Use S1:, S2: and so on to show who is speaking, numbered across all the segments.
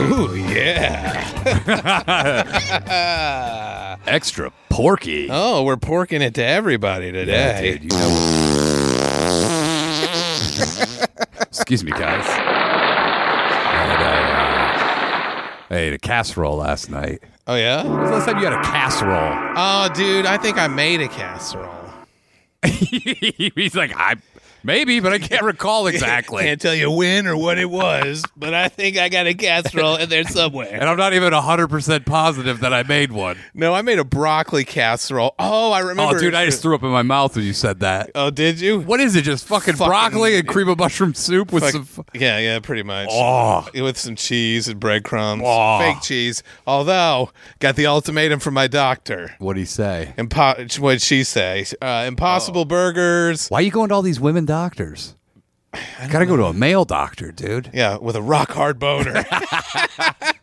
S1: Oh,
S2: Ooh, yeah.
S1: Extra porky.
S2: oh, we're porking it to everybody
S1: Yeah,
S2: today.
S1: dude, you know- Excuse me, guys. I had a, uh, I ate a casserole last night.
S2: oh, yeah?
S1: When's the last time you had a casserole?
S2: Oh, dude, I think I made a casserole.
S1: He's like, I maybe, but I can't recall exactly.
S2: Can't tell you when or what it was, but I think I got a casserole in there somewhere.
S1: and I'm not even 100% positive that I made one.
S2: No, I made a broccoli casserole. Oh, I remember.
S1: Oh, dude, I just threw up in my mouth when you said that.
S2: Oh, did you?
S1: What is it? Just fucking,
S2: Fucking-
S1: broccoli and cream of mushroom soup with
S2: Fuck-
S1: some. F-
S2: yeah, yeah, pretty much.
S1: oh,
S2: With some cheese and breadcrumbs,
S1: Oh.
S2: fake cheese. Although, got the ultimatum from my doctor.
S1: what'd he say?
S2: Impo- what'd she say? Uh,
S1: Oh.
S2: impossible burgers.
S1: Why are you going to all these women doctors? Gotta go to a male doctor, dude.
S2: Yeah, with a rock hard boner.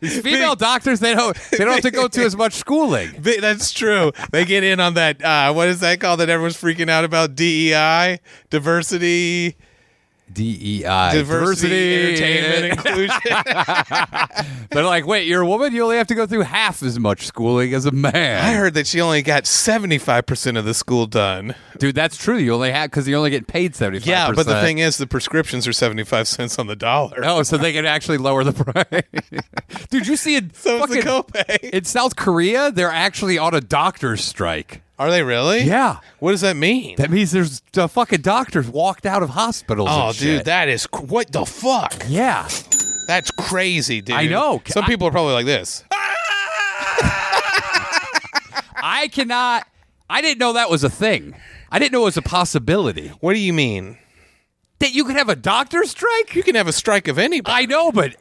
S1: Female doctors, they don't they don't have to go to as much schooling.
S2: They- That's true. They get in on that. Uh, what is that called that everyone's freaking out about? DEI, diversity,
S1: DEI,
S2: diversity, entertainment, inclusion.
S1: They're like, wait, you're a woman. You only have to go through half as much schooling as a man.
S2: I heard that she only got seventy five percent of the school done.
S1: dude, that's true. You only have because you only get paid seventy five.
S2: Yeah, but the thing is, the prescriptions are seventy five cents on the dollar.
S1: oh, so they can actually lower the price. dude, you see it?
S2: So it's
S1: fucking,
S2: a copay.
S1: in South Korea, they're actually on a doctor's strike.
S2: Are they really?
S1: Yeah.
S2: What does that mean?
S1: That means there's uh, fucking doctors walked out of hospitals.
S2: oh,
S1: and
S2: dude,
S1: shit.
S2: that is cr- what the fuck.
S1: yeah.
S2: That's crazy, dude.
S1: I know.
S2: Some
S1: I-
S2: people are probably like this.
S1: I cannot. I didn't know that was a thing. I didn't know it was a possibility
S2: What do you mean?
S1: that you could have a doctor strike.
S2: You can have a strike of anybody.
S1: I know, but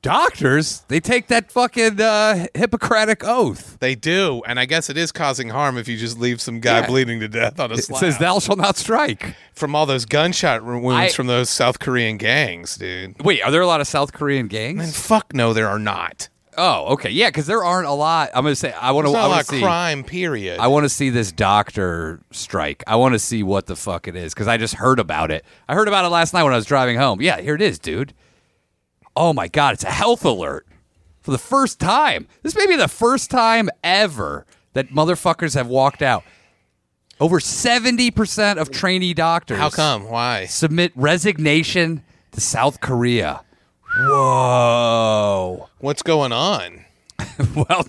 S1: doctors they take that fucking uh, Hippocratic oath.
S2: They do, and I guess it is causing harm if you just leave some guy
S1: Yeah.
S2: bleeding to death on a
S1: It
S2: slab.
S1: says thou shalt not strike.
S2: from all those gunshot r- wounds
S1: I-
S2: from those South Korean gangs, dude.
S1: Wait, are there a lot of South Korean
S2: And
S1: gangs?
S2: fuck no, there are not.
S1: Oh, okay, yeah, because there aren't a lot. I'm gonna say I want
S2: There's
S1: to.
S2: not
S1: I
S2: a lot
S1: want
S2: of
S1: to see.
S2: crime. Period.
S1: I want to see this doctor strike. I want to see what the fuck it is because I just heard about it. I heard about it last night when I was driving home. Yeah, here it is, dude. Oh my God, it's a health alert for the first time. This may be the first time ever that motherfuckers have walked out. Over 70% of trainee doctors
S2: How come? Why?
S1: submit resignation to South Korea. Whoa.
S2: What's going on?
S1: well,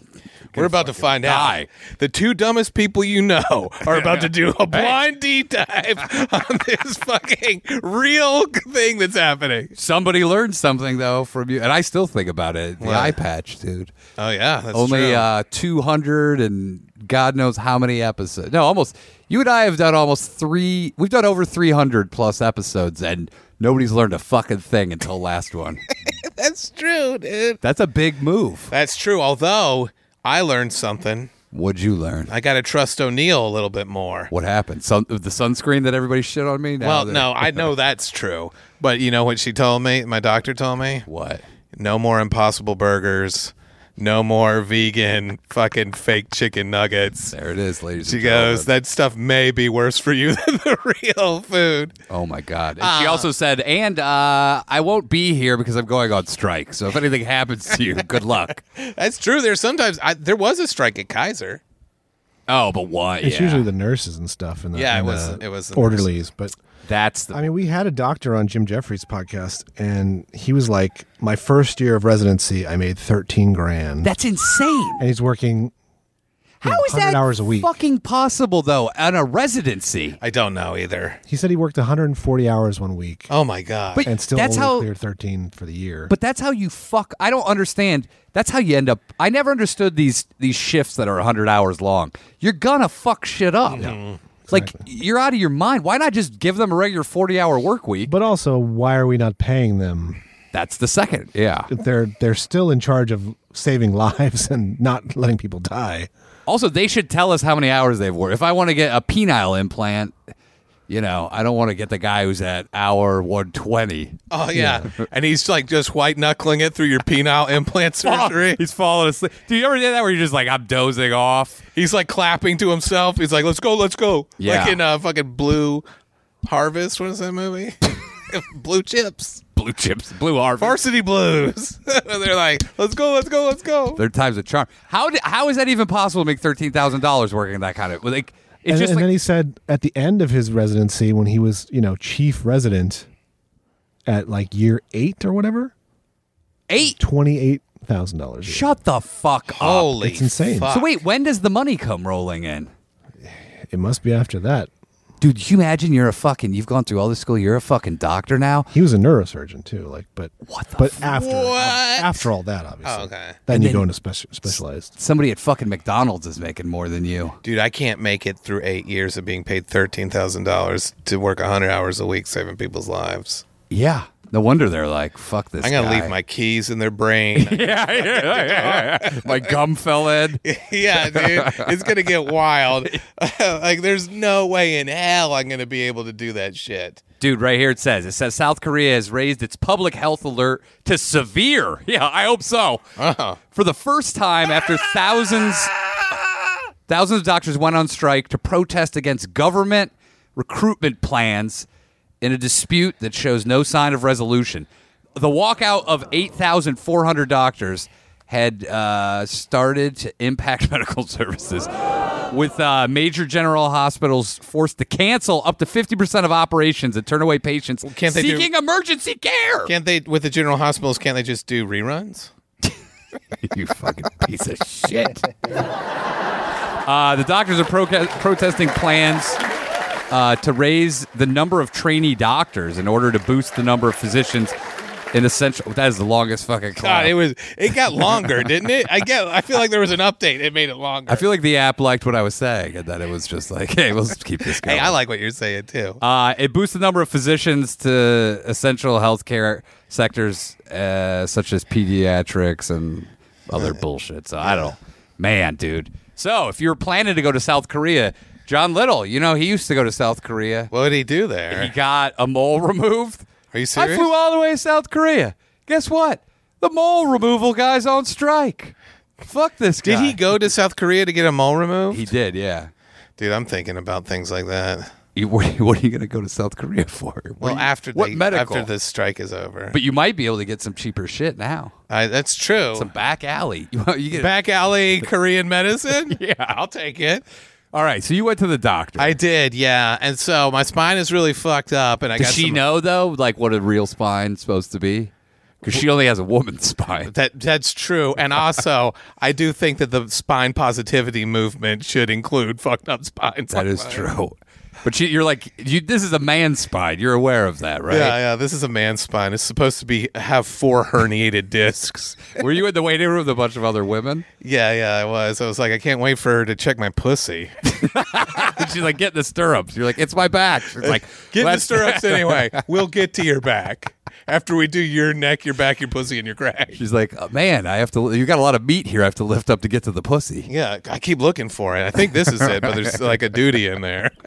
S2: We're about to find
S1: die.
S2: out. The two dumbest people you know are about to do a blind deep dive on this fucking real thing that's happening.
S1: somebody learned something, though, from you. And I still think about it. The
S2: What?
S1: eye patch, dude.
S2: Oh yeah, that's
S1: only
S2: true.
S1: uh, 200 and god knows how many episodes no almost you and i have done almost three we've done over 300 plus episodes and nobody's learned a fucking thing until last one
S2: that's true, dude.
S1: that's a big move
S2: That's true. Although I learned something.
S1: what'd you learn
S2: I got to trust O'Neill a little bit more.
S1: what happened Sun, the sunscreen that everybody shit on me now
S2: Well,
S1: that-
S2: no, I know that's true. But you know what she told me? My doctor told me?
S1: what
S2: No more impossible burgers. No more vegan fucking fake chicken nuggets.
S1: there it is ladies
S2: She
S1: and gentlemen.
S2: goes, that stuff may be worse for you than the real food.
S1: oh my god and
S2: "Ah."
S1: she also said and uh, i won't be here because i'm going on strike so if anything happens to you good luck
S2: That's true. There's sometimes, I, there was a strike at Kaiser.
S1: oh but what
S3: It's
S1: yeah.
S3: usually the nurses and stuff, and the,
S2: Yeah, it
S3: and
S2: was-
S3: the
S2: it was the
S3: orderlies. But
S1: that's the
S3: I mean, we had a doctor on Jim Jeffries' podcast, and he was like, "My first year of residency, I made thirteen grand,"
S1: that's insane
S3: and he's working. you know,
S1: How is
S3: 100
S1: that
S3: hours a week?
S1: fucking possible though on a residency?
S2: I don't know either.
S3: He said he worked 140 hours one week,
S2: Oh my God.
S1: But
S3: and still
S1: that's
S3: only
S1: how
S3: cleared 13 for the year.
S1: but that's how you fuck I don't understand. That's how you end up I never understood these these shifts that are 100 hours long. You're gonna fuck shit up. Like you're out of your mind. Why not just give them a regular 40-hour work week?
S3: but also, why are we not paying them?
S1: That's the second. Yeah.
S3: They're they're still in charge of saving lives and not letting people die.
S1: Also, they should tell us how many hours they've worked. If I want to get a penile implant, you know, I don't want to get the guy who's at hour 120.
S2: oh yeah. And he's like just white knuckling it through your penile implant surgery.
S1: He's falling asleep. Do you ever do that where you're just like, I'm dozing off?
S2: He's like clapping to himself. He's like, "Let's go, let's go!"
S1: Yeah.
S2: Like in uh, fucking Blue Harvest. What is that movie? blue chips,
S1: Blue chips, blue harvest.
S2: varsity blues. And they're like, let's go, let's go, let's go.
S1: Third time's a charm. How did, how is that even possible to make thirteen thousand dollars working that kind of like? It's
S3: and,
S1: just
S3: and
S1: like
S3: then he said at the end of his residency, when he was, you know, chief resident at like year eight or whatever,
S1: eight.
S3: $28,000.
S1: Shut the fuck up.
S2: Holy,
S3: It's insane.
S2: fuck.
S1: So wait, when does the money come rolling in?
S3: It must be after that.
S1: Dude, can you imagine you're a fucking you've gone through all this school, you're a fucking doctor now?
S3: He was a neurosurgeon too, like, but
S1: What the
S3: but after uh,
S2: What?
S3: after all that, obviously,
S2: Oh, okay.
S3: then
S1: And
S3: you
S1: then-
S3: go into speci- specialized.
S1: Somebody at fucking McDonald's is making more than you.
S2: dude, I can't make it through eight years of being paid thirteen thousand dollars to work hundred hours a week saving people's lives.
S1: Yeah. No wonder they're like, fuck this.
S2: I'm gonna
S1: guy.
S2: leave my keys in their brain.
S1: yeah, yeah, yeah, yeah, yeah. My gum fell in.
S2: yeah, dude, it's gonna get wild. like, there's no way in hell I'm gonna be able to do that shit.
S1: Dude, right here it says it says South Korea has raised its public health alert to severe. Yeah, I hope so.
S2: Uh-huh.
S1: For the first time after thousands thousands of doctors went on strike to protest against government recruitment plans in a dispute that shows no sign of resolution. The walkout of 8,400 doctors had uh, started to impact medical services, with uh, major general hospitals forced to cancel up to 50% of operations and turn away patients
S2: can't they do-
S1: seeking emergency care.
S2: Can't they with the general hospitals? Can't they just do reruns?
S1: you fucking piece of shit. Uh, the doctors are proca- protesting plans uh, to raise the number of trainee doctors in order to boost the number of physicians in essential. That is the longest fucking clown.
S2: God, it was it got longer, didn't it? I get. I feel like there was an update. It made it longer.
S1: I feel like the app liked what I was saying, and that it was just like, hey, let's keep this going.
S2: hey, I like what you're saying too.
S1: Uh, it boosts the number of physicians to essential healthcare sectors, uh, such as pediatrics and other bullshit. So I don't, man, dude. So if you're planning to go to South Korea, John Little, you know he used to go to South Korea.
S2: what did he do
S1: He
S2: there?
S1: got a mole removed.
S2: Are you
S1: I
S2: serious?
S1: flew all the way to South Korea. Guess what? The mole removal guy's on strike. Fuck this guy.
S2: Did he go to South Korea to get a mole removed?
S1: He did, yeah.
S2: Dude, I'm thinking about things like that.
S1: You- What what are you going to go to South Korea for? What
S2: Well,
S1: are you-
S2: after
S1: what
S2: the,
S1: medical?
S2: after the strike is over,
S1: But you might be able to get some cheaper shit now.
S2: I, that's true.
S1: Some back alley. You, you get
S2: Back alley Korean medicine. yeah, I'll take it.
S1: All right. So you went to the doctor.
S2: I did, yeah. And so my spine is really fucked up, and I
S1: Does
S2: got
S1: she
S2: some,
S1: know though, like what a real spine's supposed to be? Because she only has a woman's spine.
S2: That that's true, and also I do think that the spine positivity movement should include fucked up spines.
S1: That is true. But she, you're like, you, this is a man's spine. You're aware of that, right?
S2: Yeah, yeah. This is a man's spine. It's supposed to be have four herniated discs.
S1: Were you in the waiting room with a bunch of other women?
S2: Yeah, yeah. I was. I was like, I can't wait for her to check my pussy.
S1: And she's like, get in the stirrups. You're like, it's my back. She's like,
S2: Get in the
S1: "Let's-"
S2: stirrups anyway. We'll get to your back after we do your neck, your back, your pussy, and your crack.
S1: She's like, oh, man, I have to. You got a lot of meat here. I have to lift up to get to the pussy.
S2: Yeah, I keep looking for it. I think this is it, but there's like a duty in there.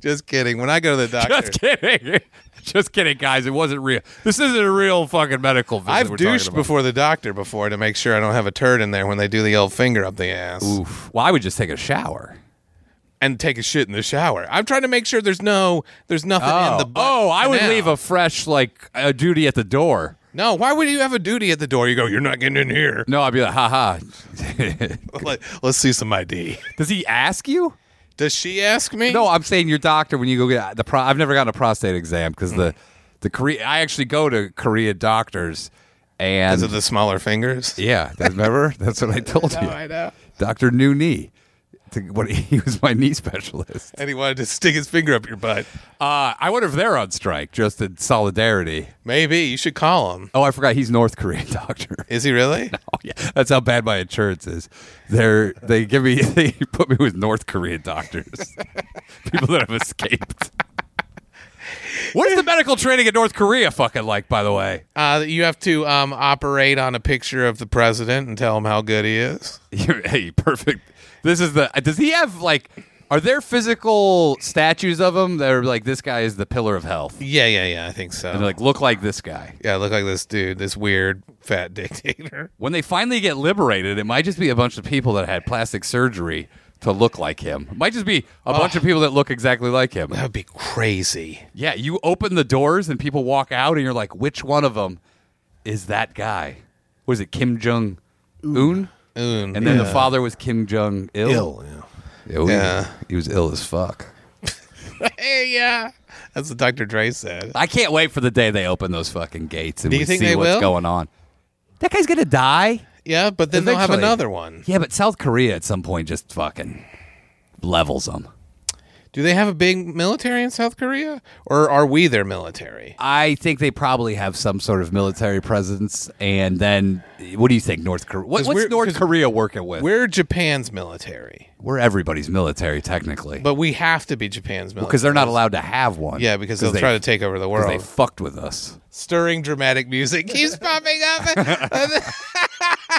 S2: Just kidding. When I go to the doctor,
S1: Just kidding. Just kidding, guys. It wasn't real. This isn't a real fucking medical visit.
S2: I've
S1: we're talking
S2: douched
S1: about.
S2: before the doctor before to make sure I don't have a turd in there when they do the old finger up the ass
S1: Oof. Well, I would just take a shower.
S2: and take a shit in the shower. I'm trying to make sure there's no, there's nothing in the butt.
S1: oh, I would
S2: canal.
S1: leave a fresh like a duty at the door.
S2: No, why would you have a duty at the door? You go, you're not getting in here.
S1: No, I'd be like, haha.
S2: Let, let's see some ID.
S1: Does he ask you?
S2: Does she ask me?
S1: No, I'm saying your doctor when you go get the. Pro- I've never gotten a prostate exam because the the Korea. I actually go to Korea doctors and
S2: Is it the smaller fingers?
S1: yeah, that- remember that's what I told you.
S2: know.
S1: Doctor New Knee. To- What he was my knee specialist.
S2: And he wanted to stick his finger up your butt.
S1: Uh, I wonder if they're on strike just in solidarity.
S2: Maybe you should call him.
S1: Oh, I forgot he's North Korean doctor.
S2: Is he really?
S1: Oh yeah, that's how bad my insurance is. They're they give me they put me with North Korean doctors, people that have escaped. What is the medical training in North Korea fucking like? By the way,
S2: Uh, you have to um, operate on a picture of the president and tell him how good he is.
S1: hey, perfect. This is the. Does he have like? Are there physical statues of him that are like this guy is the pillar of health? And
S2: Yeah, yeah, yeah. I think so.
S1: they're like look like this guy.
S2: yeah, look like this dude, this weird fat dictator.
S1: When they finally get liberated, it might just be a bunch of people that had plastic surgery to look like him. Might just be a bunch of people that look exactly like him.
S2: That would be crazy.
S1: Yeah, you open the doors and people walk out, and you're like, which one of them is that guy? What is it, Kim Jong Un?
S2: Oon,
S1: And then the
S2: yeah.
S1: father was Kim Jong Il.
S3: Ill. Yeah.
S1: Oh,
S2: Yeah.
S1: He was ill as fuck.
S2: Hey, yeah. That's what Dr. Dre said.
S1: I can't wait for the day they open those fucking gates and
S2: Do
S1: we
S2: you think
S1: see
S2: they
S1: what's
S2: will?
S1: going on. That guy's gonna die.
S2: Yeah, but then they'll have
S1: Eventually.
S2: another one.
S1: Yeah, but South Korea at some point just fucking levels them.
S2: Do they have a big military in South Korea? Or are we their military?
S1: I think they probably have some sort of military presence, and then what do you think, North Korea? What,
S2: 'Cause
S1: what's
S2: we're-
S1: North
S2: 'cause
S1: Korea working with? We're,
S2: We're Japan's military,
S1: everybody's military technically,
S2: but we have to be Japan's military.
S1: because they're not allowed to have one.
S2: Yeah, because they'll
S1: they,
S2: try to take over the
S1: 'cause
S2: world.
S1: they fucked with us.
S2: Stirring dramatic music keeps popping up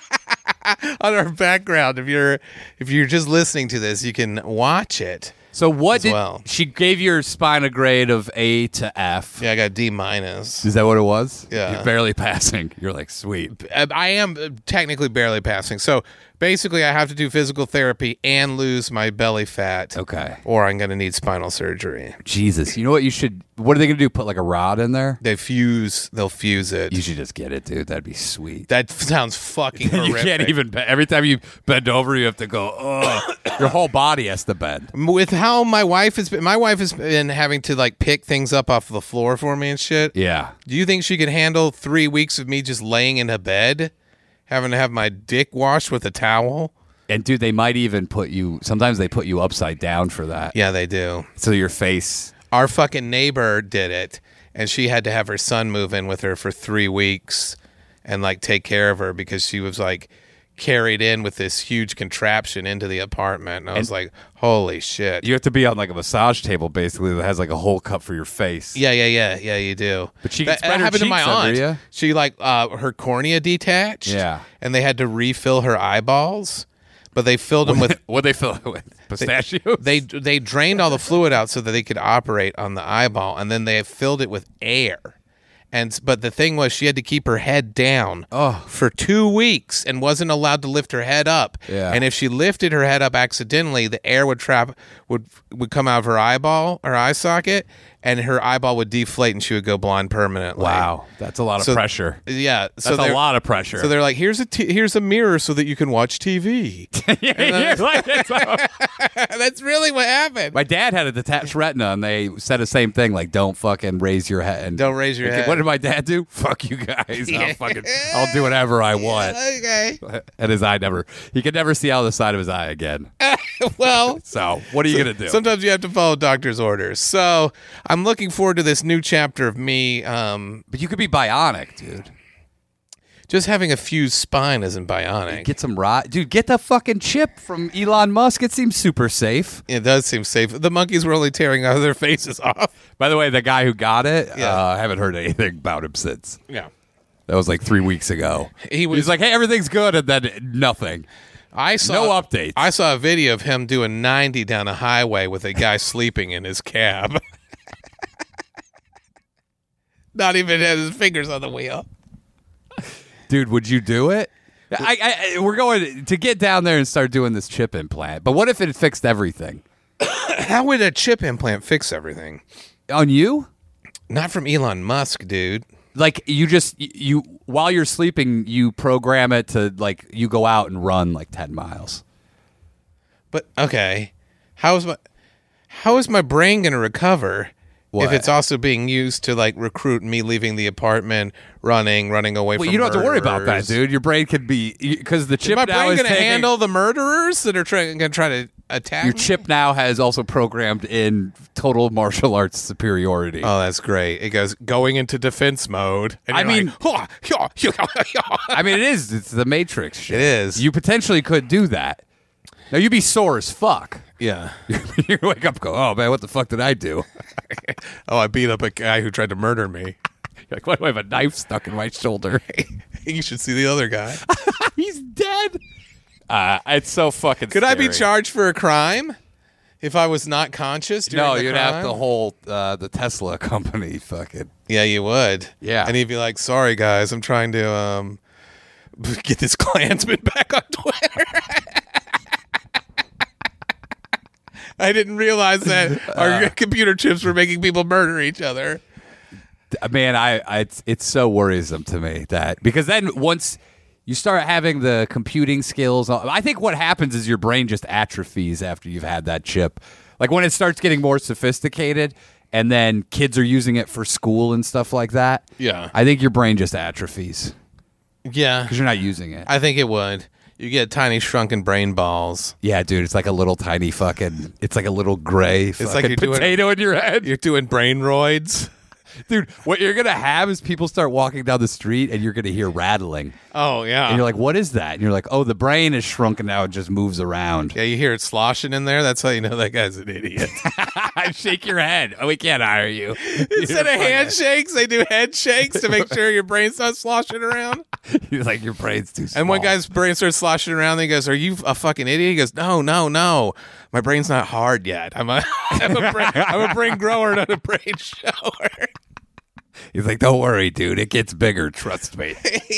S2: on our background. If you're if you're just listening to this, you can watch it.
S1: So what did
S2: well.
S1: she gave your spine a grade of A to F?
S2: Yeah, I got D minus.
S1: Is that what it was?
S2: Yeah.
S1: You're barely passing. You're like, sweet.
S2: Uh, I am technically barely passing. So basically, I have to do physical therapy and lose my belly fat.
S1: Okay.
S2: Or I'm going to need spinal surgery.
S1: Jesus. You know what you should what are they gonna do? Put like a rod in there?
S2: They fuse. They'll fuse it.
S1: You should just get it, dude. That'd be sweet.
S2: that f- sounds fucking
S1: you
S2: horrific.
S1: can't even bend. every time you bend over you have to go, oh your whole body has to bend.
S2: With how my wife has been, my wife has been having to like pick things up off the floor for me and shit.
S1: Yeah.
S2: Do you think she could handle three weeks of me just laying in a bed, having to have my dick washed with a towel?
S1: And dude, they might even put you sometimes they put you upside down for that.
S2: Yeah, they do.
S1: So your face
S2: our fucking neighbor did it and she had to have her son move in with her for three weeks and like take care of her because she was like carried in with this huge contraption into the apartment and i was like holy shit
S1: you have to be on like a massage table basically that has like a hole cut for your face.
S2: yeah yeah yeah yeah you do
S1: But she can spread her
S2: happened to my
S1: cheeks under
S2: aunt
S1: ya.
S2: she like uh, her cornea detached
S1: Yeah.
S2: and they had to refill her eyeballs but they filled them with
S1: What they fill it with? Pistachios?
S2: they they drained all the fluid out so that they could operate on the eyeball and then they filled it with air and but the thing was she had to keep her head down for two weeks and wasn't allowed to lift her head up
S1: Yeah.
S2: and if she lifted her head up accidentally the air would trap would would come out of her eyeball her eye socket and her eyeball would deflate and she would go blind permanently
S1: wow. That's a lot of
S2: So-
S1: pressure.
S2: yeah so
S1: That's a
S2: they're-
S1: lot of pressure.
S2: so they're like here's a t- here's a mirror so that you can watch tv
S1: Yeah,
S2: uh,
S1: you're like, it's like-
S2: that's really what happened
S1: my dad had a detached retina, and they said the same thing: like, don't fucking raise your head. And
S2: Don't raise your
S1: Okay,
S2: head.
S1: What did my dad do? Fuck you guys. I'll fucking, I'll do whatever I want.
S2: okay
S1: And his eye never, he could never see out of the side of his eye again.
S2: well
S1: So what are you gonna do?
S2: Sometimes you have to follow doctor's orders. So I'm looking forward to this new chapter of me. Um,
S1: but you could be bionic, dude.
S2: just having a fused spine isn't bionic.
S1: Get some rot, dude. Get the fucking chip from Elon Musk. It seems super safe.
S2: it does seem safe. The monkeys were only tearing out their faces off.
S1: By the way, the guy who got it,
S2: Yeah.
S1: uh, I haven't heard anything about him since.
S2: Yeah.
S1: That was like three weeks ago.
S2: He was-
S1: He's like, hey, everything's good, and then nothing.
S2: I saw
S1: No updates.
S2: I saw a video of him doing 90 down a highway with a guy sleeping in his cab. Not even had his fingers on the wheel.
S1: Dude, would you do it? I, I, I- we're going to get down there and start doing this chip implant. But what if it fixed everything
S2: How would a chip implant fix everything?
S1: on you?
S2: Not from Elon Musk, dude.
S1: Like you just y- you while you're sleeping, you program it to like you go out and run like ten miles.
S2: But okay, how is my how is my brain going to recover if
S1: What?
S2: it's also being used to like recruit me leaving the apartment, running, running away
S1: Well,
S2: from
S1: you don't have to worry about that,
S2: murderers?
S1: dude. Your brain could be because the chip
S2: Is my
S1: now
S2: brain
S1: is
S2: going to
S1: taking-
S2: handle the murderers that are trying going to try to attack
S1: Your
S2: me?
S1: chip now has also programmed in total martial arts superiority.
S2: Oh, that's great! It goes going into defense mode. And
S1: I
S2: you're like,
S1: mean-
S2: "Hua, hua, hua, hua."
S1: I mean, it is. It's the Matrix shit.
S2: It is.
S1: You potentially could do that. Now you'd be sore as fuck.
S2: yeah.
S1: you wake up, and go, oh man, what the fuck did I do?
S2: Oh, I beat up a guy who tried to murder me.
S1: You're like, why do I have a knife stuck in my shoulder?
S2: you should see the other guy.
S1: He's dead. Uh, it's so fucking.
S2: Could I be
S1: scary.
S2: charged for a crime if I was not conscious? during
S1: No,
S2: the
S1: you'd
S2: crime?
S1: have the whole uh, the Tesla company. Fucking.
S2: Yeah, you would.
S1: Yeah.
S2: And he'd be like, sorry, guys, I'm trying to um, get this Klansman back on Twitter. I didn't realize that our computer chips were making people murder each other.
S1: man, I, I it's, it's so worrisome to me that because then once you start having the computing skills, uh, I think what happens is your brain just atrophies after you've had that chip. Like when it starts getting more sophisticated, and then kids are using it for school and stuff like that.
S2: Yeah.
S1: I think your brain just atrophies
S2: Yeah.
S1: because you're not using it.
S2: I think it would. You get tiny shrunken brain balls.
S1: yeah, dude, it's like a little tiny fucking. It's like a little gray. It's
S2: like
S1: like a
S2: you're doing-
S1: potato in your head.
S2: You're doing brain roids.
S1: Dude, what you're gonna have is people start walking down the street and you're gonna hear rattling.
S2: Oh yeah.
S1: And you're like, what is that? And you're like, oh, the brain is shrunken now. It just moves around.
S2: yeah, you hear it sloshing in there. That's how you know that guy's an idiot.
S1: Shake your head. Oh, we can't hire you.
S2: Instead of handshakes, they do head shakes to make sure your brain's not sloshing around.
S1: You're like, your brain's too small.
S2: And one guy's brain starts sloshing around. And he goes, "Are you a fucking idiot?" He goes, "No, no, no. My brain's not hard yet. I'm a, I'm a, brain, I'm a brain grower, not a brain shower.
S1: He's like, don't worry, dude. It gets bigger. Trust me.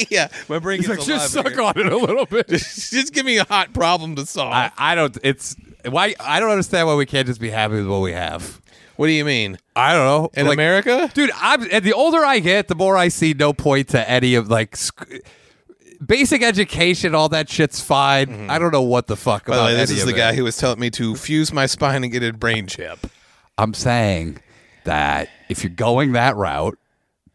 S2: yeah, my brain
S1: He's
S2: gets
S1: like,
S2: a lot
S1: just
S2: bigger.
S1: suck on it a little bit.
S2: just give me a hot problem to solve.
S1: I, I don't. It's why I don't understand why we can't just be happy with what we have.
S2: what do you mean
S1: I don't know.
S2: in
S1: Like,
S2: America?
S1: dude i'm and the older i get the more i see no point to any of like sc- basic education all that shit's fine i don't know what the fuck
S2: Mm-hmm. By the
S1: about
S2: way, this
S1: any
S2: is
S1: of
S2: the
S1: it.
S2: guy who was telling me to fuse my spine and get a brain chip.
S1: i'm saying that if you're going that route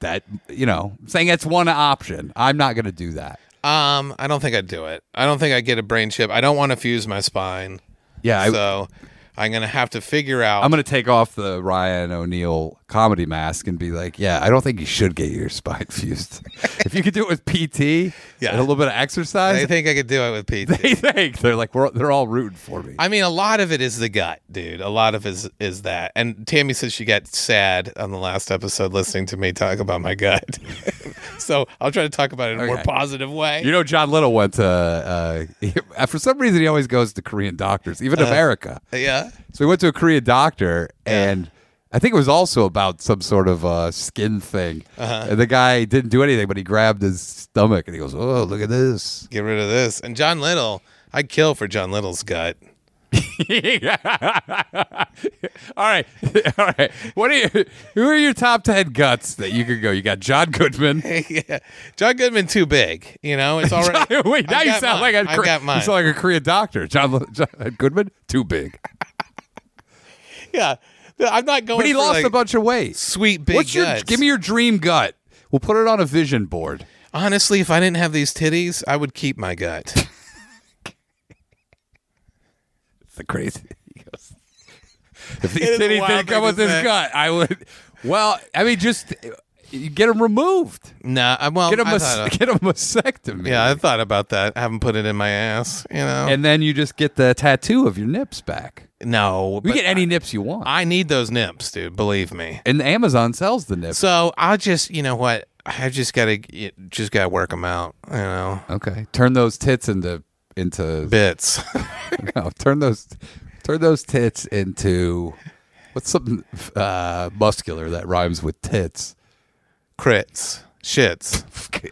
S1: that you know I'm saying that's one option i'm not gonna do that
S2: Um, I don't think I'd do it. I don't think I'd get a brain chip. I don't want to fuse my spine.
S1: yeah I,
S2: so I'm gonna have to figure out.
S1: i'm gonna take off the ryan o'neill comedy mask and be like yeah i don't think you should get your spine fused if you could do it with pt
S2: Yeah.
S1: and a little bit of exercise
S2: I think I could do it with PT.
S1: they think they're like we're, they're all rooting for me
S2: I mean, a lot of it is the gut, dude. A lot of it is is that. And Tammy says she got sad on the last episode listening to me talk about my gut. so I'll try to talk about it in a more
S1: Okay.
S2: positive way.
S1: You know, John Little went to, uh, he- for some reason, he always goes to Korean doctors, even
S2: Uh-huh.
S1: America.
S2: yeah.
S1: So he went to a Korean doctor, and I think it was also about some sort of uh, skin thing.
S2: Uh-huh.
S1: And the guy didn't do anything, but he grabbed his stomach and he goes, Oh, look at this.
S2: Get rid of this. And John Little, I'd kill for John Little's gut.
S1: All right. All right. What are you, who are your top 10 guts that you could go? You got John Goodman.
S2: yeah. John Goodman too big. You know, it's already
S1: Wait, now
S2: I've
S1: you
S2: got
S1: sound
S2: mine.
S1: like a
S2: I've
S1: Kore-
S2: got mine.
S1: You sound like a Korean doctor. John, Li- John Goodman, too big.
S2: yeah. I'm not going
S1: But he
S2: for,
S1: lost
S2: like,
S1: a bunch of weight.
S2: sweet big
S1: What's your?
S2: guts.
S1: Give me your dream gut. We'll put it on a vision board.
S2: Honestly, if I didn't have these titties, I would keep my gut.
S1: It's the crazy. he goes, If these
S2: is a
S1: titties
S2: wild
S1: didn't
S2: thing
S1: come with
S2: to
S1: this
S2: say.
S1: gut, I would. Well, I mean, just uh, you get them removed.
S2: nah, I'm well.
S1: Get them,
S2: I
S1: a,
S2: thought- uh,
S1: get 'em vasectomy.
S2: yeah, I thought about that. I haven't put it in my ass. You know,
S1: and then you just get the tattoo of your nips back.
S2: no.
S1: You
S2: but
S1: get any nips you want.
S2: I need those nips, dude. Believe me.
S1: and Amazon sells the nips.
S2: So I just, you know what? I just gotta, just gotta work them out. You know,
S1: okay, turn those tits into into
S2: bits.
S1: no, turn those turn those tits into what's something uh, muscular that rhymes with tits.
S2: crits, shits.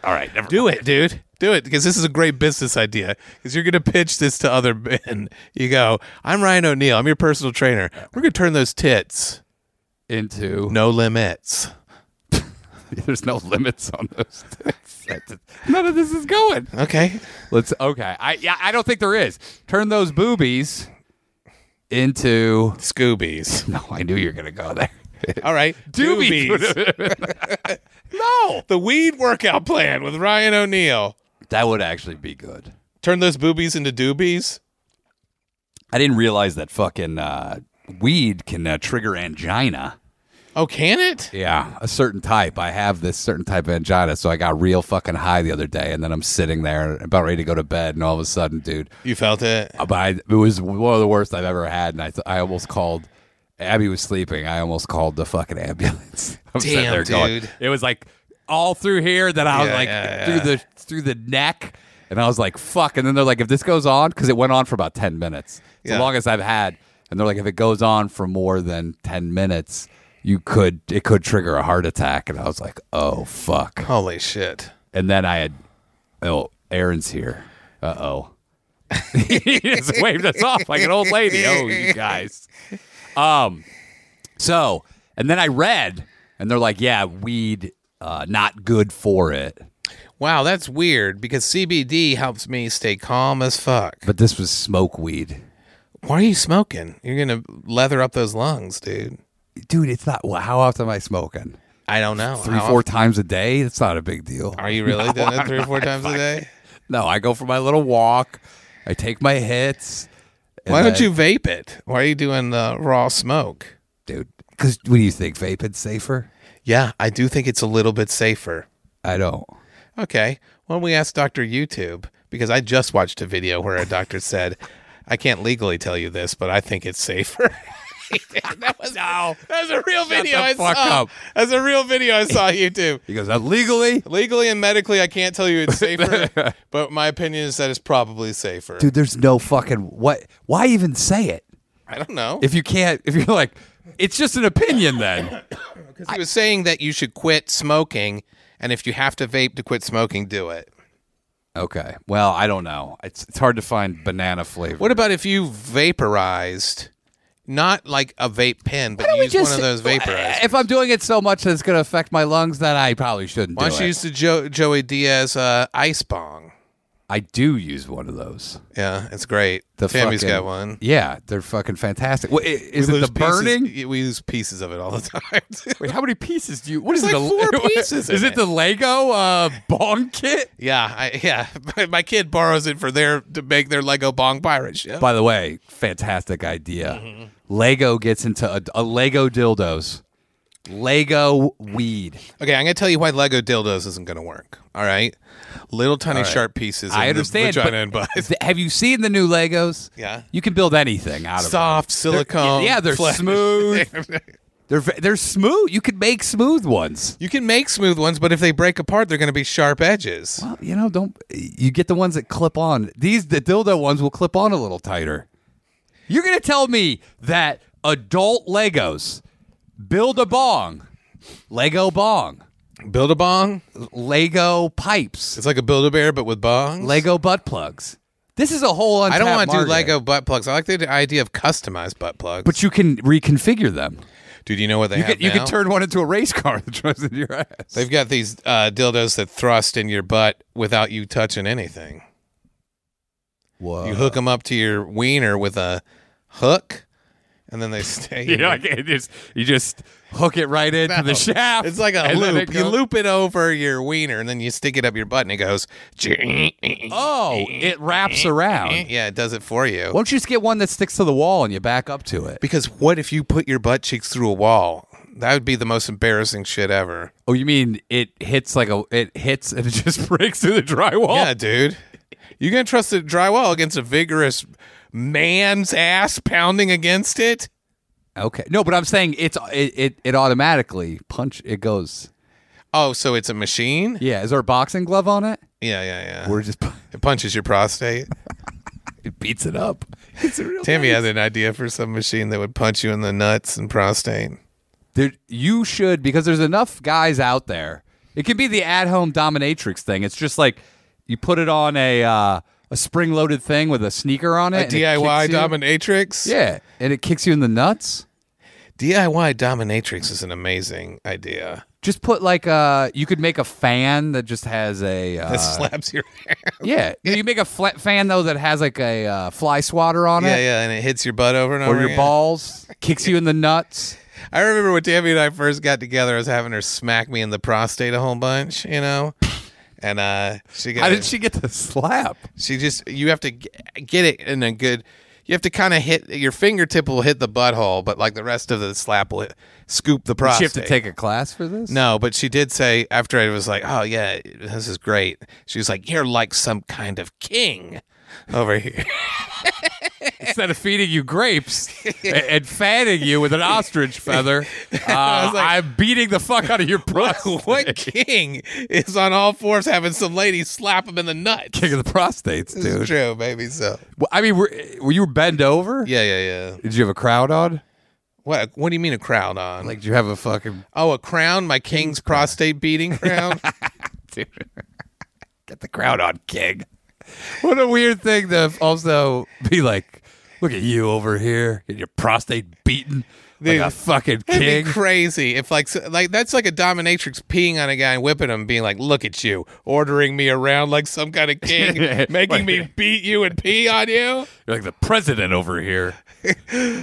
S1: All right, never
S2: Do it, dude. Do it because this is a great business idea. Because you're gonna pitch this to other men. You go, I'm Ryan O'Neill. I'm your personal trainer. We're gonna turn those tits
S1: into.
S2: no limits.
S1: There's no limits on those. tits. That's- None of this is going.
S2: Okay.
S1: Let's okay. I yeah, I don't think there is. Turn those boobies into.
S2: Scoobies.
S1: No, I knew you were gonna go there.
S2: All right.
S1: Doobies. no,
S2: the weed workout plan with Ryan O'Neill.
S1: that would actually be good.
S2: Turn those boobies into doobies.
S1: I didn't realize that fucking uh, weed can uh, trigger angina.
S2: Oh, can it?
S1: Yeah, a certain type. I have this certain type of angina, so I got real fucking high the other day, and then I'm sitting there about ready to go to bed, and all of a sudden, dude,
S2: You felt it.
S1: Uh, but I, it was one of the worst I've ever had, and I, th- I almost called. Abby was sleeping. I almost called the fucking ambulance. I'm sitting
S2: Damn,
S1: there going-
S2: dude.
S1: it was like all through here. Then I was
S2: Yeah,
S1: like
S2: yeah,
S1: through the through the neck, and I was like, "Fuck!" And then they're like, "If this goes on, because it went on for about ten minutes, it's
S2: Yeah.
S1: the longest I've had." And they're like, "If it goes on for more than ten minutes, you could it could trigger a heart attack." And I was like, "Oh fuck!"
S2: Holy shit.
S1: And then I had, oh, Aaron's here. Uh oh. he just waved us off like an old lady. Oh, you guys. Um, so and then I read, and they're like, yeah, weed, uh, not good for it.
S2: Wow, that's weird because CBD helps me stay calm as fuck.
S1: But this was smoke weed,
S2: Why are you smoking? You're gonna leather up those lungs, dude.
S1: dude. It's not. Well, how often am I smoking?
S2: I don't know.
S1: Three,
S2: How
S1: four times a day. That's not a big deal.
S2: often- Are you really doing it three or four times a day?
S1: No, I go for my little walk. I take my hits. and
S2: Why don't
S1: then-
S2: you vape it? Why are you doing the raw smoke?
S1: dude? Because what do you think? Vaping's safer?
S2: Yeah, I do think it's a little bit safer.
S1: I don't.
S2: Okay. Why don't we ask Dr. YouTube? Because I just watched a video where a doctor said, I can't legally tell you this, but I think it's safer. that was
S1: No.
S2: That's a real video
S1: the
S2: I
S1: fuck
S2: saw.
S1: up.
S2: That's a real video I saw on YouTube.
S1: He goes, illegally?
S2: Legally and medically, I can't tell you it's safer, but my opinion is that it's probably safer.
S1: Dude, there's no fucking what why even say it?
S2: I don't know.
S1: If you can't if you're like it's just an opinion then.
S2: Because he was saying that you should quit smoking, and if you have to vape to quit smoking, do it.
S1: okay. Well, I don't know. It's it's hard to find banana flavor.
S2: What about if you vaporized, not like a vape pen, but use one of those vaporizers?
S1: If I'm doing it so much that it's gonna affect my lungs, then I probably shouldn't
S2: Why
S1: do
S2: don't you
S1: it.
S2: use the jo- Joey Diaz uh, ice bong?
S1: I do use one of those.
S2: Yeah, it's great.
S1: The
S2: The Tammy's
S1: fucking-
S2: got one.
S1: Yeah, they're fucking fantastic. Wha- i- is
S2: We
S1: it the
S2: lose pieces-
S1: burning?
S2: we use pieces of it all the time. too.
S1: Wait, how many pieces do you? What is
S2: There's
S1: it?
S2: like
S1: the,
S2: four pieces
S1: Is
S2: in
S1: it the Lego uh, bong kit?
S2: yeah, I, yeah. My- My kid borrows it for their to make their Lego Bong pirate ship.
S1: By the way, fantastic idea. Lego gets into a, a Lego dildos. Lego weed.
S2: Okay, I'm gonna tell you why Lego dildos isn't gonna work. All right, little tiny sharp pieces.
S1: I
S2: in the
S1: understand.
S2: vagina
S1: but
S2: and butt.
S1: th- have you seen the new Legos?
S2: Yeah.
S1: You can build anything out of
S2: Soft silicone.
S1: them. Yeah, they're
S2: flesh.
S1: smooth. they're ve- they're smooth. You could make smooth ones.
S2: You can make smooth ones, but if they break apart, they're gonna be sharp edges.
S1: Well, you know, don't you get the ones that clip on? These the dildo ones will clip on a little tighter. You're gonna tell me that adult Legos build a bong, Lego bong,
S2: Build a bong.
S1: Lego pipes,
S2: It's like a build a bear, but with bongs.
S1: Lego butt plugs. This is a whole.
S2: I don't
S1: want to
S2: do Lego butt plugs. I like the idea of customized butt plugs.
S1: but you can reconfigure them.
S2: dude, you know what they
S1: You
S2: have
S1: can, you
S2: now?
S1: can turn one into a race car that drives into your ass.
S2: They've got these uh, dildos that thrust in your butt without you touching anything.
S1: Whoa.
S2: You hook them up to your wiener with a hook, and then they stay.
S1: You
S2: in
S1: know,
S2: your-
S1: like, it just you just hook it right into the
S2: No.
S1: shaft.
S2: It's like a
S1: and then it
S2: loop. You
S1: goes-
S2: loop it over your wiener, and then you stick it up your butt, and it goes.
S1: Oh, it wraps around.
S2: Yeah, it does it for you.
S1: Why don't you just get one that sticks to the wall and you back up to it?
S2: Because what if you put your butt cheeks through a wall? That would be the most embarrassing shit ever.
S1: Oh, you mean it hits like a it hits and it just breaks through the drywall?
S2: Yeah, dude. You gonna trust the drywall against a vigorous man's ass pounding against it?
S1: Okay. No, but I'm saying it's it it, it automatically punch it goes.
S2: Oh, so it's a machine?
S1: Yeah. Is there a boxing glove on it?
S2: Yeah, yeah, yeah.
S1: We're just
S2: it punches your prostate.
S1: it beats it up. It's a real
S2: Tammy had an idea for some machine that would punch you in the nuts and prostate.
S1: There, you should because there's enough guys out there. It could be the at-home dominatrix thing. It's just like you put it on a uh, a spring-loaded thing with a sneaker on it.
S2: A
S1: and it kicks
S2: DIY
S1: you-
S2: dominatrix?
S1: Yeah, and it kicks you in the nuts.
S2: DIY dominatrix is an amazing idea.
S1: Just put like a you could make a fan that just has a uh,
S2: It slaps your ass.
S1: yeah. You make a flat fan though that has like a uh, fly swatter on
S2: Yeah,
S1: it
S2: yeah, and it hits your butt over and over.
S1: or your
S2: again.
S1: balls kicks you in the nuts.
S2: I remember when Tammy and I first got together, I was having her smack me in the prostate a whole bunch, you know? And uh, she got
S1: How did she get the slap?
S2: She just you have to g- get it in a good. You have to kind of hit your fingertip will hit the butthole, but like the rest of the slap will hit, scoop the
S1: Did she
S2: prostate.
S1: have to take a class for this?
S2: no, but she did say after I was like, "Oh yeah, this is great." She was like, "You're like some kind of king over here."
S1: instead of feeding you grapes a- and fanning you with an ostrich feather, uh, I
S2: was like-
S1: am beating the fuck out of your prostate.
S2: what king is on all fours having some lady slap him in the nuts?
S1: King of the prostates,
S2: This is
S1: dude.
S2: true, baby. So
S1: Well, I mean, were, were you bend over?
S2: yeah, yeah, yeah.
S1: Did you have a crowd on?
S2: What what do you mean a crown on?
S1: Like, did you have a fucking
S2: oh, a crown, my king's prostate beating crown.
S1: get the crowd on, king? What a weird thing to also be like, look at you over here, get your prostate beaten like a
S2: Dude,
S1: fucking
S2: It'd
S1: king.
S2: be crazy if like s- like that's like a dominatrix peeing on a guy and whipping him, being like, "Look at you, ordering me around like some kind of king, making me beat you and pee on you.
S1: You're like the president over here.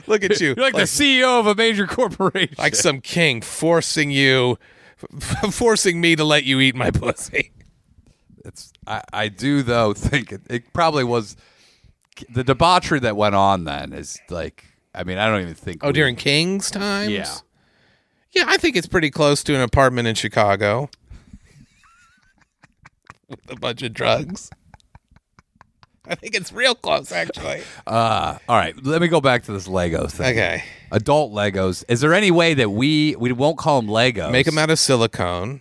S2: Look at you,
S1: You're like, the CEO of a major corporation.
S2: like some king forcing you, forcing me to let you eat my pussy."
S1: it's I, I do though think it, it probably was the debauchery that went on then is like I mean I don't even think
S2: Oh,
S1: we-
S2: during King's times.
S1: yeah
S2: yeah, I think it's pretty close to an apartment in Chicago with a bunch of drugs. I think it's real close, actually.
S1: uh, all right let me go back to this Lego thing
S2: Okay.
S1: adult Legos is there any way that we we won't call them Legos
S2: Make them out of silicone,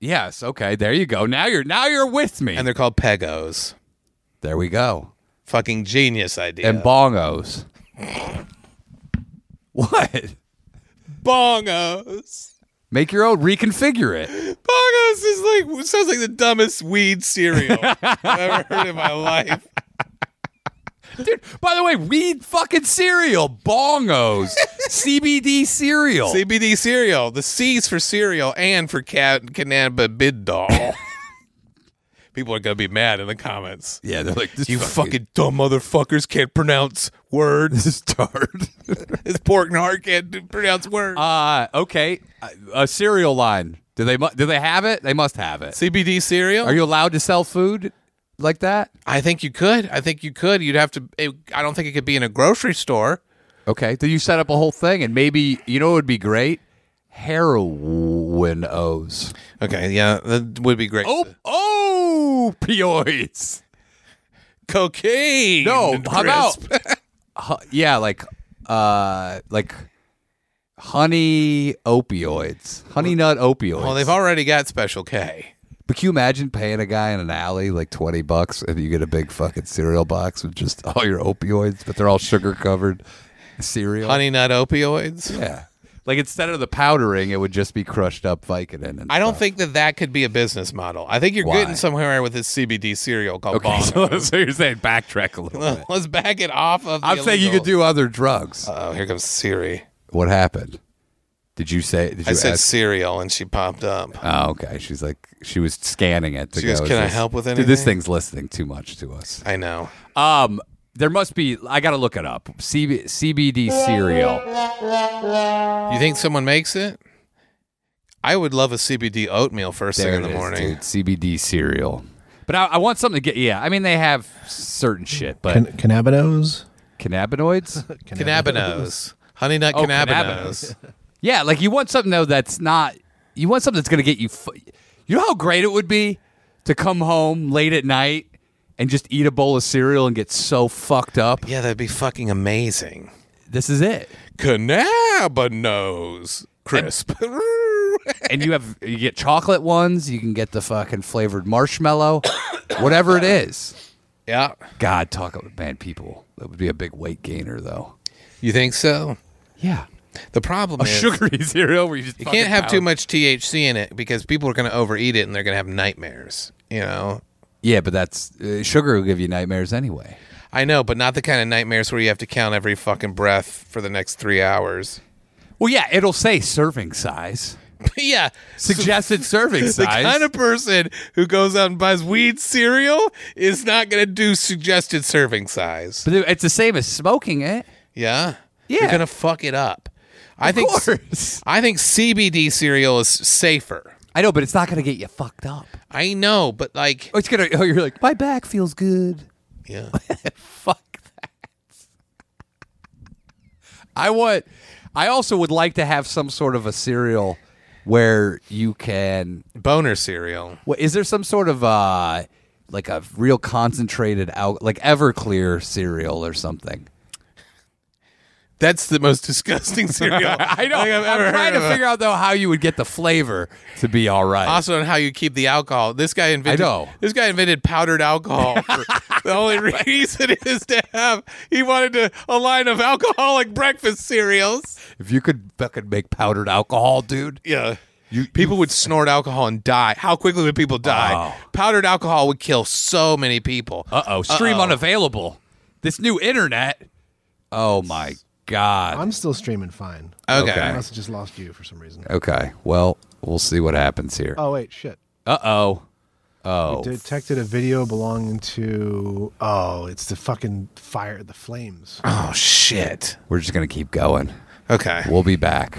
S1: yes okay there you go now you're now you're with me
S2: and they're called Pegos.
S1: there we go
S2: Fucking genius idea.
S1: and bongos what
S2: bongos.
S1: make your own reconfigure it
S2: Bongos is like sounds like the dumbest weed cereal I've ever heard in my life.
S1: dude by the way weed fucking cereal bongos CBD cereal
S2: CBD cereal. The C's for cereal and for cat cannabidol. People are gonna be mad in the comments.
S1: Yeah, they're like, this
S2: You fucking dumb motherfuckers can't pronounce words.
S1: this tart.
S2: this pork and hard can't do- pronounce words.
S1: uh, okay, a, a cereal line. Do they mu- do they have it? They must have it.
S2: CBD cereal.
S1: Are you allowed to sell food like that?
S2: I think you could. I think you could. You'd have to. It, I don't think it could be in a grocery store.
S1: Okay, do you set up a whole thing and maybe you know it would be great? Heroin O's.
S2: Okay, yeah, that would be great.
S1: Oh, oh, opioids.
S2: cocaine.
S1: No, how about
S2: Crisp.
S1: hu- yeah, like uh, like honey opioids, honey nut opioids.
S2: Well, they've already got Special K.
S1: But can you imagine paying a guy in an alley like twenty bucks and you get a big fucking cereal box with just all your opioids, but they're all sugar covered cereal?
S2: Honey nut opioids.
S1: Yeah. Like instead of the powdering, it would just be crushed up Vicodin. And
S2: I don't
S1: stuff.
S2: think that that could be a business model. I think you're
S1: Why?
S2: getting somewhere with this CBD cereal called
S1: Okay,
S2: Bono.
S1: so, so you're saying backtrack a little bit.
S2: Let's back it off of. the
S1: I'm saying you
S2: illegal-
S1: could do other drugs.
S2: Oh, here comes Siri.
S1: Uh, what happened? Did you say? Did you
S2: I said
S1: ask-
S2: cereal, and she popped up.
S1: Oh, okay. She's like, she was scanning it. To
S2: She
S1: go,
S2: goes,
S1: is
S2: "Can I
S1: this-
S2: help with
S1: Dude, this
S2: anything?"
S1: thing's listening too much to us.
S2: I know.
S1: Um, there must be. I gotta look it up. CB, CBD cereal.
S2: You think someone makes it? I would love a CBD oatmeal first
S1: There
S2: thing in
S1: it
S2: the
S1: is,
S2: morning.
S1: dude. CBD cereal. But I, I want something to get. Yeah, I mean they have certain shit, but
S3: Can- cannabinos?
S1: cannabinoids.
S2: Cannabinos, honey nut
S1: Oh,
S2: cannabinos.
S1: yeah, like you want something though that's not. You want something that's gonna get you. Fu- you know how great it would be to come home late at night and just eat a bowl of cereal and get so fucked up.
S2: yeah, that'd be fucking amazing.
S1: This is it.
S2: Cannabinos crisp.
S1: And you have you get chocolate ones. You can get the fucking flavored marshmallow, whatever it is.
S2: yeah.
S1: God, talk about bad people. That would be a big weight gainer though.
S2: You think so?
S1: Yeah.
S2: The problem
S1: a
S2: is
S1: sugary cereal where you just
S2: you can't have too much THC in it because people are going to overeat it and they're going to have nightmares. You know,
S1: Yeah, but that's uh, sugar will give you nightmares anyway.
S2: I know, but not the kind of nightmares where you have to count every fucking breath for the next three hours.
S1: Well, yeah, it'll say serving size,
S2: yeah,
S1: suggested serving
S2: the
S1: size.
S2: kind of person who goes out and buys weed cereal is not going to do suggested serving size.
S1: but it's the same as smoking it.
S2: Yeah, you're
S1: Yeah.
S2: going to fuck it up. I think
S1: course.
S2: I think CBD cereal is safer.
S1: I know, but it's not gonna get you fucked up.
S2: I know, but like,
S1: Oh, it's gonna. Oh, you're like my back feels good.
S2: yeah.
S1: Fuck that. I want. I also would like to have some sort of a cereal where you can
S2: boner cereal.
S1: What is there some sort of uh like a real concentrated out like Everclear cereal or something?
S2: That's the most disgusting cereal I
S1: know.
S2: think I've ever
S1: am trying
S2: heard
S1: to
S2: of.
S1: figure out though how you would get the flavor to be all right.
S2: Also, on how you keep the alcohol. This guy invented.
S1: know.
S2: This guy invented powdered alcohol. for- the only reason is to have. He wanted to, a line of alcoholic breakfast cereals.
S1: If you could fucking make powdered alcohol, dude,
S2: Yeah. people would snort alcohol and die. How quickly would people die? Powdered alcohol would kill so many people.
S1: Uh oh. Stream unavailable. This new internet. Oh my god.
S3: I'm still streaming fine.
S2: okay.
S1: okay.
S3: Unless I just lost you for some reason.
S1: Okay. Well, we'll see what happens here.
S3: Oh wait, shit.
S1: Uh oh.
S3: Detected a video belonging to oh, it's the fucking fire, the flames.
S2: Oh shit.
S1: We're just gonna keep going.
S2: Okay.
S1: We'll be back.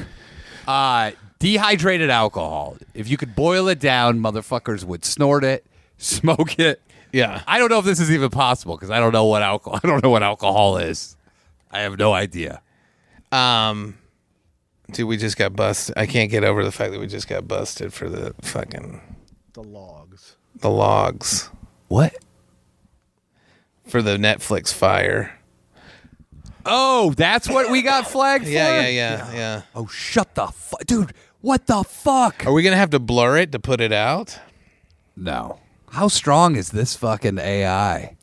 S1: Uh dehydrated alcohol. If you could boil it down, motherfuckers would snort it, smoke it.
S2: Yeah.
S1: I don't know if this is even possible because I don't know what alcohol. I don't know what alcohol is. I have no idea.
S2: Um, dude, we just got busted. I can't get over the fact that we just got busted for the fucking
S3: The logs.
S2: the logs
S1: What?
S2: for the Netflix fire.
S1: Oh, that's what we got flagged for.
S2: Yeah, yeah, yeah, yeah.
S1: Oh, shut the fuck, dude. What the fuck?
S2: Are we gonna have to blur it to put it out?
S1: No. How strong is this fucking AI?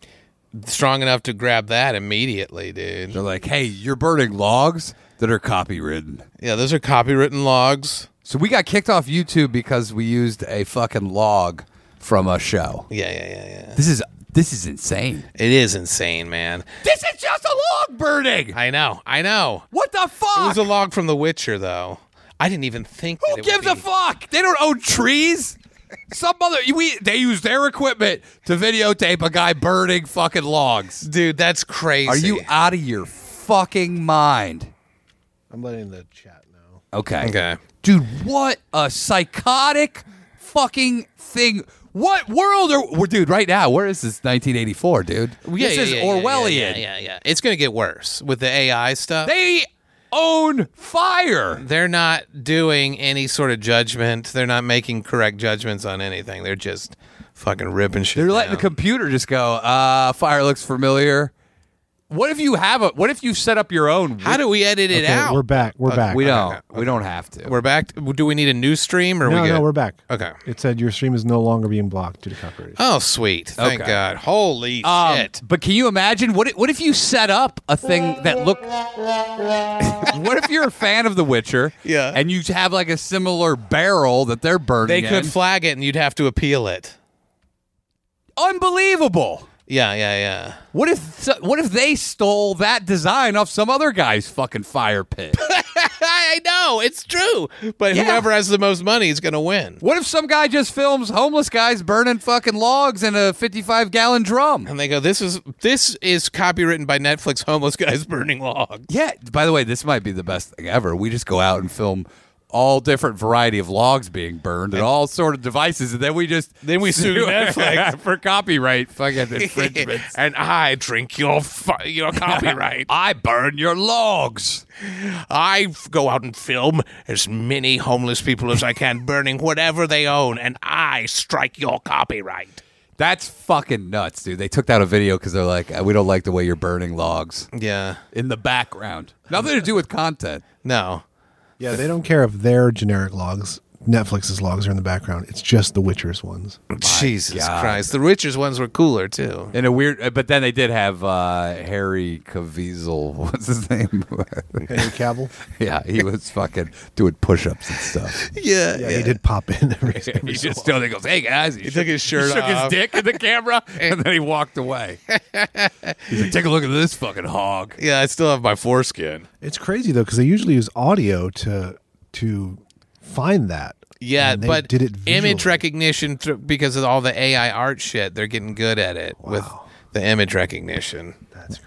S2: Strong enough to grab that immediately, dude.
S1: They're like, hey, you're burning logs that are copywritten.
S2: Yeah, those are copywritten logs.
S1: So we got kicked off YouTube because we used a fucking log from a show.
S2: Yeah, yeah, yeah, yeah.
S1: This is this is insane.
S2: It is insane, man.
S1: This is just a log burning.
S2: I know, I know.
S1: What the fuck?
S2: It was a log from The Witcher, though. I didn't even think. that
S1: Who
S2: it
S1: gives
S2: would
S1: a
S2: be-
S1: fuck? They don't own trees. Some other we they use their equipment to videotape a guy burning fucking logs.
S2: dude? That's crazy.
S1: Are you out of your fucking mind?
S3: I'm letting the chat know.
S1: Okay.
S2: okay?
S1: Dude, what a psychotic fucking thing. What world are we dude right now? Where is this 1984, dude?
S2: Yeah,
S1: this
S2: yeah,
S1: is
S2: yeah, yeah,
S1: Orwellian.
S2: Yeah, yeah, yeah. It's gonna get worse with the AI stuff.
S1: They own fire.
S2: they're not doing any sort of judgment. They're not making correct judgments on anything. They're just fucking ripping shit.
S1: They're letting the
S2: down.
S1: computer just go, uh, fire looks familiar. What if you have a what if you set up your own
S2: How do we edit it
S3: Okay,
S2: out?
S3: we're back. We're back.
S1: We don't.
S2: okay,
S1: We don't have to.
S2: We're back. Do we need a new stream or
S3: No,
S2: are we good?
S3: no, we're back.
S2: Okay.
S3: It said your stream is no longer being blocked due to copyright.
S2: Oh, sweet. Thank
S1: Okay.
S2: God. Holy
S1: Um,
S2: shit.
S1: But can you imagine what? If, what if you set up a thing that looked? what if you're a fan of The Witcher?
S2: Yeah.
S1: And you have like a similar barrel that they're burning.
S2: They could
S1: in?
S2: flag it and you'd have to appeal it.
S1: Unbelievable.
S2: Yeah, yeah, yeah.
S1: What if? so- What if they stole that design off some other guy's fucking fire pit?
S2: I know. It's true. But
S1: Yeah.
S2: whoever has the most money is going to win.
S1: what if some guy just films homeless guys burning fucking logs in a 55 gallon drum?
S2: And they go, this is this is copywritten by Netflix homeless guys burning logs.
S1: Yeah. By the way, this might be the best thing ever. We just go out and film all different variety of logs being burned and all sort of devices, and then we just
S2: Then we sue Netflix.
S1: for copyright fucking infringements.
S2: and I drink your fu- your copyright.
S1: I burn your logs.
S2: I f- go out and film as many homeless people as I can, burning whatever they own, and I strike your copyright.
S1: That's fucking nuts, dude. They took down a video because they're like, "Uh, we don't like the way you're burning logs
S2: Yeah.
S1: in the background. Nothing to do with content.
S2: No.
S3: Yeah, they don't care if their generic logs, Netflix's logs are in the background. It's just the Witcher's ones.
S2: Jesus
S1: God.
S2: Christ. The Richards ones were cooler too.
S1: In a weird, uh, but then they did have uh, Harry Caviezel. What's his name?
S3: Henry Cavill.
S1: yeah, he was fucking doing push-ups and stuff.
S2: Yeah.
S3: Yeah, he did pop in. Every,
S1: He just still goes, "Hey guys," he,
S2: took his shirt
S1: he shook
S2: off.
S1: his dick in the camera, and then he walked away. He's like, "Take a look at this fucking hog."
S2: Yeah, I still have my foreskin.
S3: it's crazy though because they usually use audio to to find that.
S2: Yeah,
S3: And they
S2: but
S3: did it
S2: image
S3: visually.
S2: recognition thr- because of all the AI art shit, they're getting good at it with the image recognition.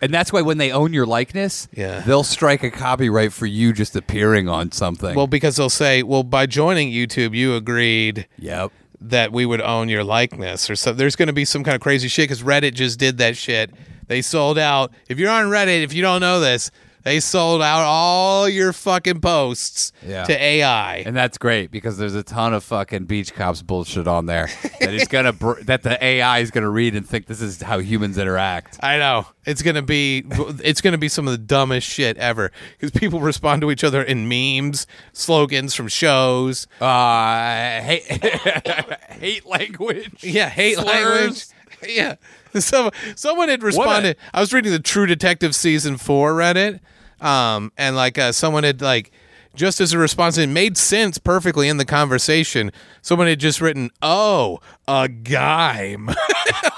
S1: And that's why when they own your likeness,
S2: Yeah.
S1: they'll strike a copyright for you just appearing on something.
S2: Well, because they'll say, "Well, by joining YouTube, you agreed
S1: yep.
S2: that we would own your likeness or so there's going to be some kind of crazy shit because reddit just did that shit they sold out if you're on reddit if you don't know this they sold out all your fucking posts
S1: Yeah.
S2: to ai
S1: And that's great because there's a ton of fucking beach cops bullshit on there that is gonna br- that the AI is gonna read and think this is how humans interact.
S2: i know it's going to be it's going to be some of the dumbest shit ever because people respond to each other in memes slogans from shows
S1: Uh, hate, hate language.
S2: yeah hate
S1: slurs.
S2: language yeah some, someone had responded i was reading the true detective season 4 reddit um and like uh, someone had like just as a response. It made sense perfectly in the conversation. Someone had just written, "Oh, a gime,"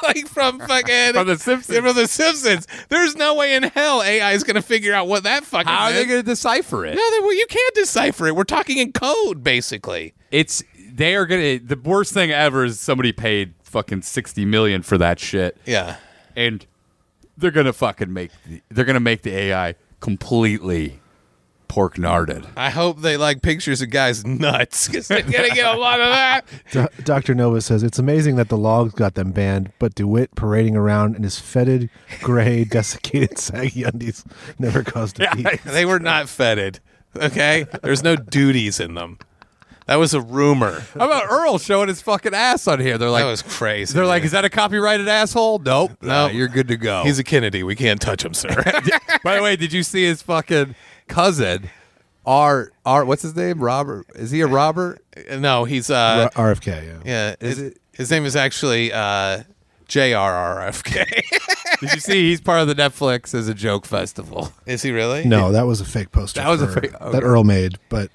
S2: like from fucking
S1: From The Simpsons.
S2: Yeah, from the Simpsons. There's no way in hell AI is going to figure out what that fucking.
S1: How are they
S2: meant.
S1: going to decipher it?
S2: No, they, well, you can't decipher it. We're talking in code, basically.
S1: It's they are going to. The worst thing ever is somebody paid fucking sixty million for that shit,
S2: Yeah.
S1: and they're going to fucking make. The, they're going to make the AI completely pork narded.
S2: I hope they like pictures of guys' nuts because they're going to get a lot of that.
S3: Do- Dr. Nova says it's amazing that the logs got them banned, but DeWitt parading around in his fetid, gray, desiccated, saggy undies never caused a beat.
S2: They were not feted. Okay, there's no duties in them. That was a rumor.
S1: How about Earl showing his fucking ass on here? They're like,
S2: That was crazy.
S1: they're like,
S2: dude.
S1: is that a copyrighted asshole? Nope, no,
S2: Nope.
S1: you're good to go.
S2: he's a Kennedy. We can't touch him, sir.
S1: By the way, did you see his fucking cousin? R R what's his name? Robert? Is he a Robert?
S2: no, he's uh,
S3: R- RFK, yeah.
S2: yeah.
S1: Is
S2: his,
S1: it-
S2: his name is actually uh, J.R.R.F.K.
S1: Did you see he's part of the Netflix as a joke festival?
S2: is he really?
S3: No, that was a fake poster.
S1: That was a
S3: for-
S1: fake- okay.
S3: that Earl made, but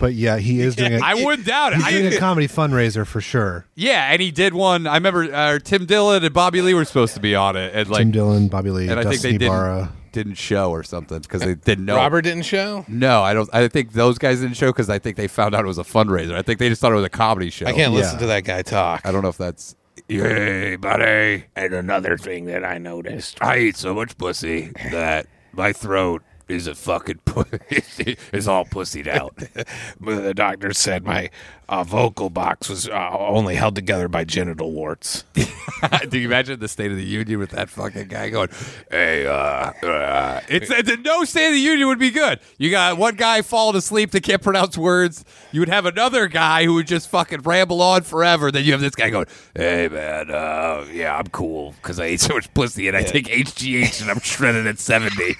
S3: but yeah, he is doing. A,
S1: I wouldn't doubt it.
S3: He's doing a
S1: I,
S3: comedy fundraiser for sure.
S1: yeah, and he did one. I remember uh, Tim Dillon and Bobby Lee were supposed to be on it, and like,
S3: Tim Dillon, Bobby Lee,
S1: and I think
S3: Dustin
S1: they
S3: Ibarra.
S1: didn't, didn't show or something because they didn't know.
S2: Robert didn't show.
S1: No, I don't. I think those guys didn't show because I think they found out it was a fundraiser. I think they just thought it was a comedy show.
S2: I can't
S3: Yeah.
S2: listen to that guy talk.
S1: I don't know if that's. Hey, buddy!
S4: And another thing that I noticed.
S1: I eat so much pussy that my throat is a fucking pussy. is all pussied out.
S4: The doctor said my uh, vocal box was uh, only held together by genital warts.
S1: Do you imagine the State of the Union with that fucking guy going, "Hey, uh, uh. it's it's- no State of the Union would be good. You got one guy falling asleep that can't pronounce words. You would have another guy who would just fucking ramble on forever. Then you have this guy going, "Hey, man, uh, yeah, I'm cool because I ate so much pussy and I take HGH and I'm shredded at 70."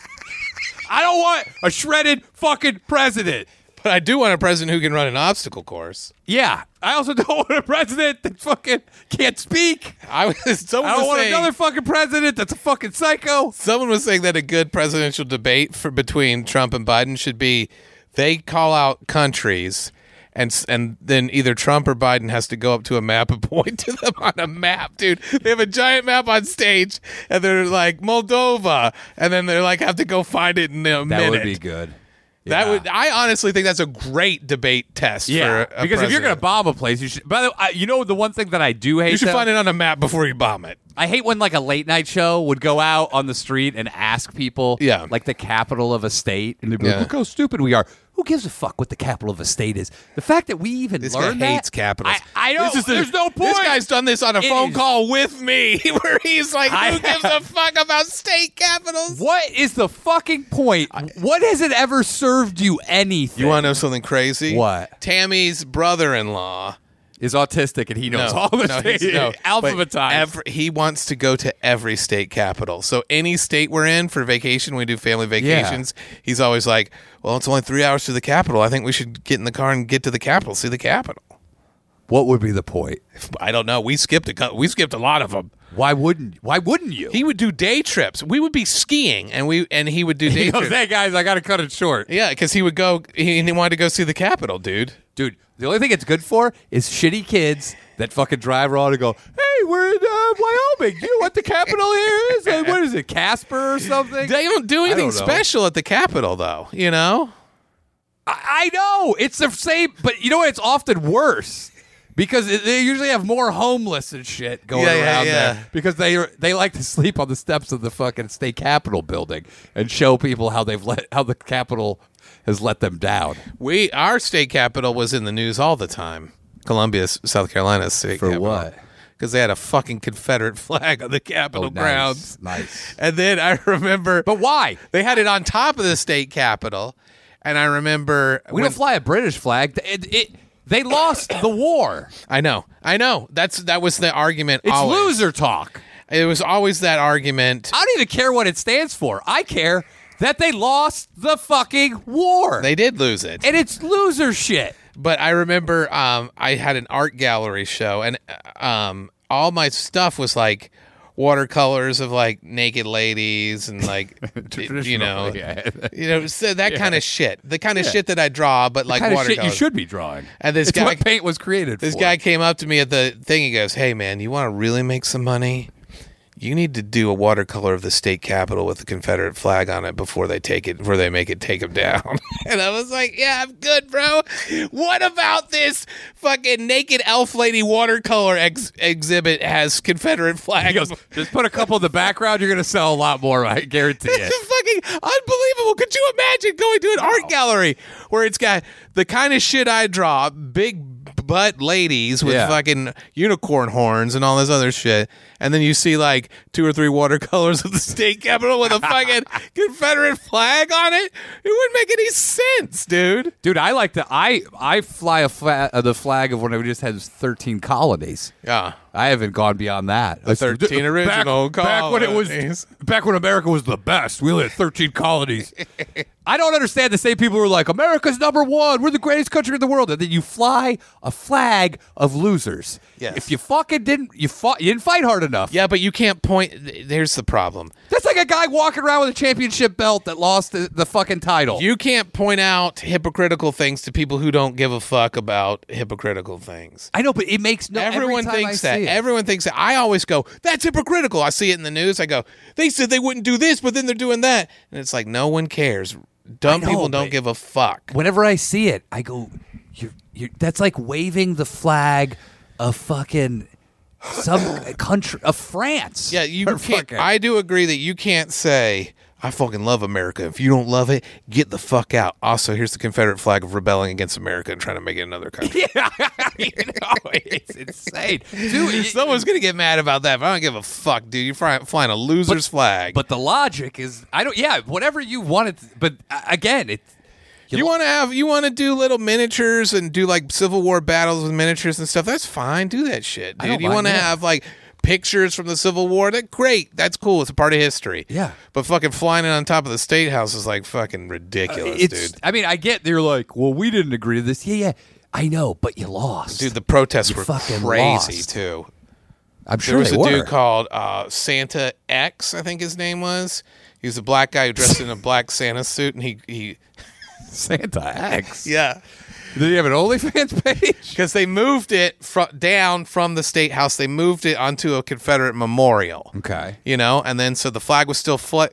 S1: I don't want a shredded fucking president.
S2: But I do want a president who can run an obstacle course.
S1: Yeah, I also don't want a president that fucking can't speak.
S2: I was. Someone
S1: I don't
S2: was
S1: want
S2: saying,
S1: another fucking president that's a fucking psycho.
S2: Someone was saying that a good presidential debate for between Trump and Biden should be they call out countries and s- and then either Trump or Biden has to go up to a map and point to them on a map, dude. They have a giant map on stage and they're like Moldova and then they're like have to go find it in a
S1: That
S2: minute.
S1: would be good.
S2: That
S1: Yeah.
S2: would I honestly think that's a great debate test
S1: Yeah,
S2: for a
S1: because if you're gonna
S2: president.
S1: bomb a place, you should. By the way, I- you know the one thing that I do hate.
S2: you should
S1: though?
S2: find it on a map before you bomb it.
S1: I hate when like a late night show would go out on the street and ask people,
S2: Yeah.
S1: like the capital of a state, and they'd be
S2: Yeah.
S1: like, "Look how stupid we are." Who gives a fuck what the capital of a state is? The fact that we even
S2: This
S1: learned
S2: guy hates
S1: that,
S2: capitals.
S1: I, I don't.
S2: This is the-
S1: there's no point.
S2: This guy's done this on a
S1: It
S2: phone
S1: is-
S2: call with me, where he's like, "Who
S1: I-
S2: gives a fuck about state capitals?"
S1: What is the fucking point? What has it ever served you anything?
S2: You want to know something crazy?
S1: What?
S2: Tammy's brother-in-law
S1: is autistic and he knows
S2: No,
S1: all the
S2: no,
S1: states.
S2: he's- no, but
S1: alphabetized.
S2: every- he wants to go to every state capital. So any state we're in for vacation, we do family vacations. He's always like, "Well, it's only three hours to the capital. I think we should get in the car and get to the capital, see the capital."
S1: what would be the point?
S2: I don't know. We skipped a cou- we skipped a lot of them.
S1: Why wouldn't? Why wouldn't you?
S2: He would do day trips. We would be skiing, and we and he would do day
S1: He
S2: trips.
S1: goes, hey guys, I gotta cut it short.
S2: Yeah, because he would go. He, he wanted to go see the Capitol, dude.
S1: Dude, the only thing it's good for is shitty kids that fucking drive around and go, hey, we're in uh, Wyoming. You know what the capital here is? Uh, what is it, Casper or something?
S2: They don't do anything
S1: don't know.
S2: special at the Capitol, though. You know,
S1: I, I know. It's the same, but you know what? It's often worse. Because it- they usually have more homeless and shit going
S2: Yeah, yeah,
S1: around
S2: yeah.
S1: there because they are, they like to sleep on the steps of the fucking state capitol building and show people how they've let how the capitol has let them down
S2: we our state capitol was in the news all the time. Columbia, S- South Carolina state
S1: For what? Oh,
S2: Because they had a fucking Confederate flag on the Capitol grounds.
S1: nice, nice.
S2: And then I remember,
S1: But why?
S2: they had it on top of the state capitol. And I remember
S1: We
S2: when-
S1: don't fly a British flag. It, it, they lost the war.
S2: I know, I know. That's that was the argument.
S1: It's
S2: always.
S1: loser talk.
S2: It was always that argument.
S1: I don't even care what it stands for. I care that they lost the fucking war.
S2: They did lose it.
S1: and it's loser shit.
S2: but I remember um, I had an art gallery show, and uh, um, all my stuff was like watercolors of like naked ladies and like you know
S1: yeah.
S2: you know so that kind of shit the kind of shit that I draw but like
S1: kind of shit
S2: watercolors
S1: you should be drawing.
S2: and this
S1: It's
S2: guy
S1: what paint was created
S2: this
S1: for.
S2: guy came up to me at the thing he goes hey man you want to really make some money you need to do a watercolor of the state capitol with the confederate flag on it before they take it before they make it take them down and i was like yeah i'm good bro what about this fucking naked elf lady watercolor ex- exhibit has confederate flag
S1: He goes, just put a couple in the background. You're gonna sell a lot more. I guarantee it.
S2: It's fucking unbelievable. Could you imagine going to an art gallery where it's got the kind of shit I draw, big butt ladies with
S1: Yeah.
S2: fucking unicorn horns and all this other shit, and then you see like two or three watercolors of the state capitol with a fucking Confederate flag on it? It wouldn't make any sense, dude.
S1: Dude, I like to. I I fly a fla- uh, the flag of when I just had 13 colonies.
S2: Yeah.
S1: I haven't gone beyond that. The
S2: 13 original
S1: back, back when it was
S2: colonies.
S1: back when America was the best. We only had 13 colonies. I don't understand the same people who are like America's number one. We're the greatest country in the world, and then you fly a flag of losers.
S2: Yes.
S1: If you fucking didn't you fought you didn't fight hard enough.
S2: Yeah, but you can't point. There's the problem.
S1: That's like a guy walking around with a championship belt that lost the, the fucking title.
S2: You can't point out hypocritical things to people who don't give a fuck about hypocritical things.
S1: I know, but it makes no. every
S2: Everyone
S1: time I
S2: thinks that.
S1: see it.
S2: Everyone thinks that. I always go, that's hypocritical. I see it in the news. I go, they said they wouldn't do this, but then they're doing that. And it's like, no one cares. Dumb
S1: know,
S2: people don't
S1: but-
S2: give a fuck.
S1: whenever I see it, I go, you're, you're, that's like waving the flag of fucking some country of France.
S2: Yeah, you
S1: Or
S2: can't.
S1: fucking-
S2: I do agree that you can't say, I fucking love America. If you don't love it, get the fuck out. Also, here's the Confederate flag of rebelling against America and trying to make it another country.
S1: you know, it's insane. Dude, it-
S2: Someone's going to get mad about that, but I don't give a fuck, dude. You're flying, flying a loser's flag.
S1: but the logic is, I don't. Yeah, whatever you want it. But uh, again, it.
S2: You want to have you want to do little miniatures and do like Civil War battles with miniatures and stuff. That's fine. Do that shit,
S1: don't
S2: dude. You
S1: mind,
S2: want to
S1: yeah.
S2: have like pictures from the Civil War. That great. That's cool. It's a part of history.
S1: Yeah.
S2: But fucking flying it on top of the state house is like fucking ridiculous,
S1: It's.
S2: dude.
S1: I mean, I get they're like, well, we didn't agree to this. Yeah, yeah. I know, but you lost.
S2: Dude, the protests were
S1: fucking
S2: crazy
S1: lost.
S2: too.
S1: I'm
S2: There
S1: sure
S2: was
S1: they
S2: a
S1: were.
S2: dude called uh, Santa X, I think his name was. He was a black guy who dressed in a black Santa suit, and he he
S1: Santa X.
S2: yeah.
S1: Did he have an OnlyFans page?
S2: because they moved it fro- down from the state house. They moved it onto a Confederate memorial.
S1: Okay.
S2: You know, and then so the flag was still fl-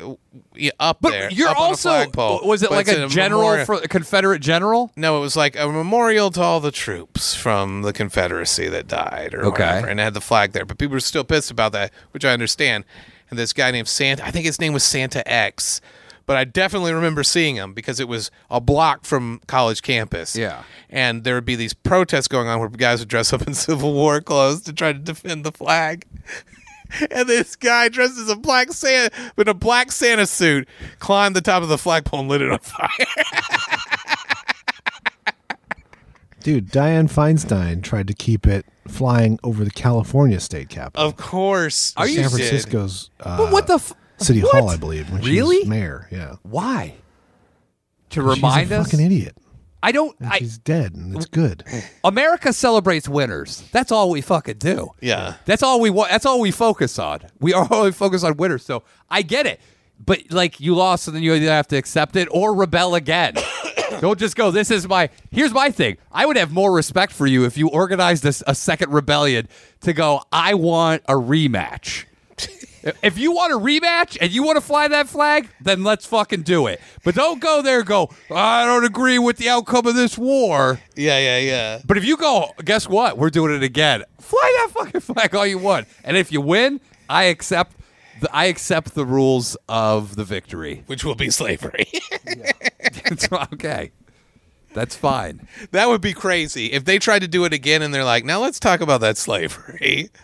S2: up
S1: But
S2: there.
S1: you're
S2: up on a
S1: also
S2: flagpole.
S1: was it
S2: But
S1: like
S2: it's
S1: a
S2: in
S1: general
S2: memorial-
S1: for a Confederate general?
S2: no, it was like a memorial to all the troops from the Confederacy that died, or
S1: Okay.
S2: whatever, and it had the flag there. But people were still pissed about that, which I understand. And this guy named Santa, I think his name was Santa X, but I definitely remember seeing him because it was a block from college campus.
S1: Yeah.
S2: and there would be these protests going on where guys would dress up in Civil War clothes to try to defend the flag. And this guy dressed as a black Santa, in a black Santa suit, climbed the top of the flagpole and lit it on fire.
S3: Dude, Diane Feinstein tried to keep it flying over the California state capitol.
S2: Of course,
S1: Are
S2: she
S1: you
S3: San
S2: did.
S3: Francisco's uh,
S1: Oh, But what the f-
S3: city
S1: what?
S3: hall, I believe, when she
S1: Really?
S3: was mayor. Yeah,
S1: Why? To remind
S3: she's a
S1: us,
S3: fucking idiot.
S1: I don't.
S3: And
S1: I,
S3: she's dead, and it's good.
S1: America celebrates winners. That's all we fucking do.
S2: Yeah.
S1: That's all we want. That's all we focus on. We are only focused on winners. So I get it. But like you lost, and then you either have to accept it or rebel again. Don't just go. This is my. Here's my thing. I would have more respect for you if you organized this a second rebellion to go. I want a rematch. If you want a rematch and you want to fly that flag, then let's fucking do it. But don't go there and go, I don't agree with the outcome of this war.
S2: Yeah, yeah, yeah.
S1: But if you go, guess what? We're doing it again. Fly that fucking flag all you want. And if you win, I accept the, I accept the rules of the victory.
S2: Which will be slavery.
S1: It's okay. That's fine.
S2: that would be crazy if they tried to do it again and they're like, "Now let's talk about that slavery."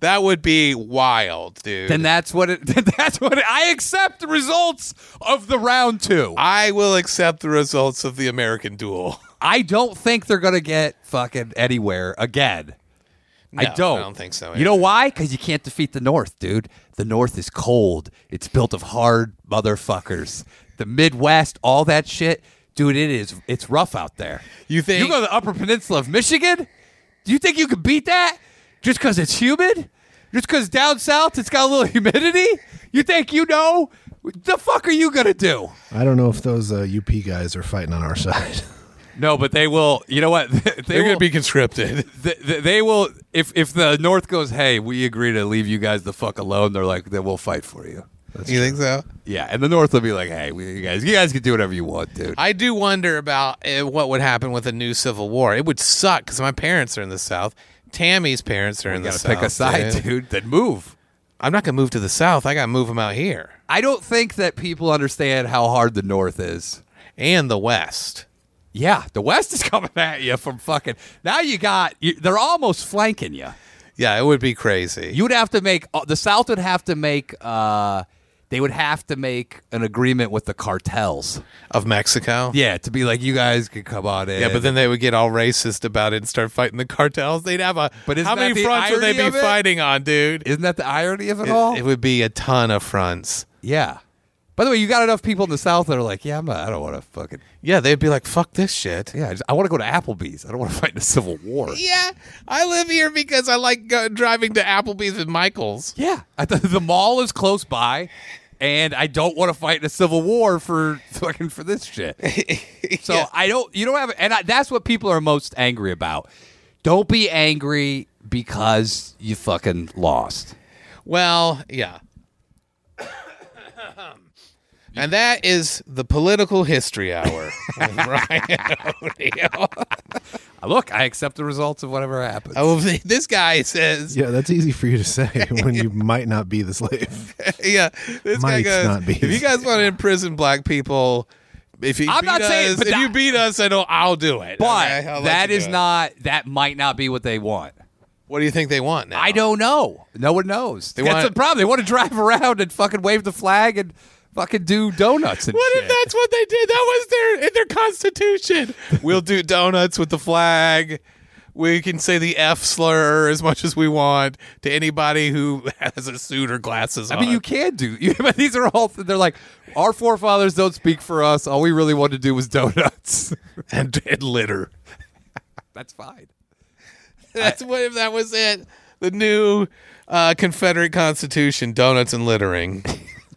S2: That would be wild, dude.
S1: Then that's what it then that's what it, I accept the results of the round 2.
S2: I will accept the results of the American duel.
S1: I don't think they're gonna get fucking anywhere again. I
S2: No,
S1: don't.
S2: I don't think so
S1: You know
S2: either.
S1: why? Because you can't defeat the North, dude. The North is cold. It's built of hard motherfuckers. The Midwest, all that shit, dude. It is. It's rough out there.
S2: You think-
S1: you go to the Upper Peninsula of Michigan? Do you think you could beat that? Just because it's humid? Just because down south it's got a little humidity? You think you know? What The fuck are you gonna do?
S3: I don't know if those uh, UP guys are fighting on our side.
S1: No, but they will. You know what? They,
S2: They're
S1: will,
S2: going to be conscripted.
S1: They, they- they will. If if the North goes, hey, we agree to leave you guys the fuck alone. They're like, then we'll fight for you.
S2: you think so?
S1: Yeah, and the North will be like, hey, we, you guys, you guys can do whatever you want, dude.
S2: I do wonder about uh, what would happen with a new civil war. It would suck because my parents are in the South. Tammy's parents are in the
S1: You gotta
S2: South.
S1: pick a side,
S2: dude.
S1: dude. Then move.
S2: I'm not going to move to the South. I got to move them out here
S1: I don't think that people understand how hard the North is.
S2: and the West.
S1: Yeah, the West is coming at you from fucking. Now you got you, they're almost flanking you.
S2: Yeah, it would be crazy.
S1: You would have to make uh, the South would have to make. uh They would have to make an agreement with the cartels.
S2: of Mexico?
S1: Yeah, to be like you guys could come on in.
S2: Yeah, but then they would get all racist about it and start fighting the cartels. They'd have a.
S1: But isn't
S2: how
S1: that
S2: many
S1: the
S2: fronts would they
S1: irony
S2: be
S1: of it?
S2: fighting on, dude?
S1: isn't that the irony of it, all?
S2: It, it would be a ton of fronts.
S1: yeah. By the way, you got enough people in the South that are like, yeah, I'm not, I don't want to fucking.
S2: Yeah, they'd be like, "Fuck this shit."
S1: Yeah, I, just, I want to go to Applebee's. I don't want to fight in a civil war.
S2: Yeah, I live here because I like go- driving to Applebee's and Michaels.
S1: Yeah, I th- the mall is close by, and I don't want to fight in a civil war for fucking for this shit. So I don't. You don't have, and I, that's what people are most angry about. Don't be angry because you fucking lost.
S2: Well, yeah. And that is the political history hour. with Ryan O'Neill.
S1: Uh, Look, I accept the results of whatever happens.
S2: Oh, this guy says,
S3: yeah, that's easy for you to say when you might not be the slave.
S2: yeah, this guy
S3: Mike's
S2: goes,
S3: not bees.
S2: if you guys want to imprison black people, if you
S1: I'm
S2: beat
S1: not
S2: us,
S1: saying- but
S2: if
S1: that-
S2: you beat us, I know I'll do it.
S1: but
S2: Okay, I'll let
S1: that
S2: you
S1: is
S2: do it.
S1: not. That might not be what they want.
S2: What do you think they want now?
S1: I don't know. No one knows.
S2: They
S1: that's
S2: want-
S1: the problem. They want to drive around and fucking wave the flag and fucking do donuts and
S2: What
S1: shit.
S2: if that's what they did? That was their in their constitution. we'll do donuts with the flag. We can say the F slur as much as we want to anybody who has a suit or glasses
S1: I mean,
S2: on.
S1: you can do. You, but these are all. They're like our forefathers don't speak for us. All we really wanted to do was donuts.
S2: and, and litter.
S1: That's fine.
S2: That's what if that was it. The new uh, Confederate Constitution: donuts and littering.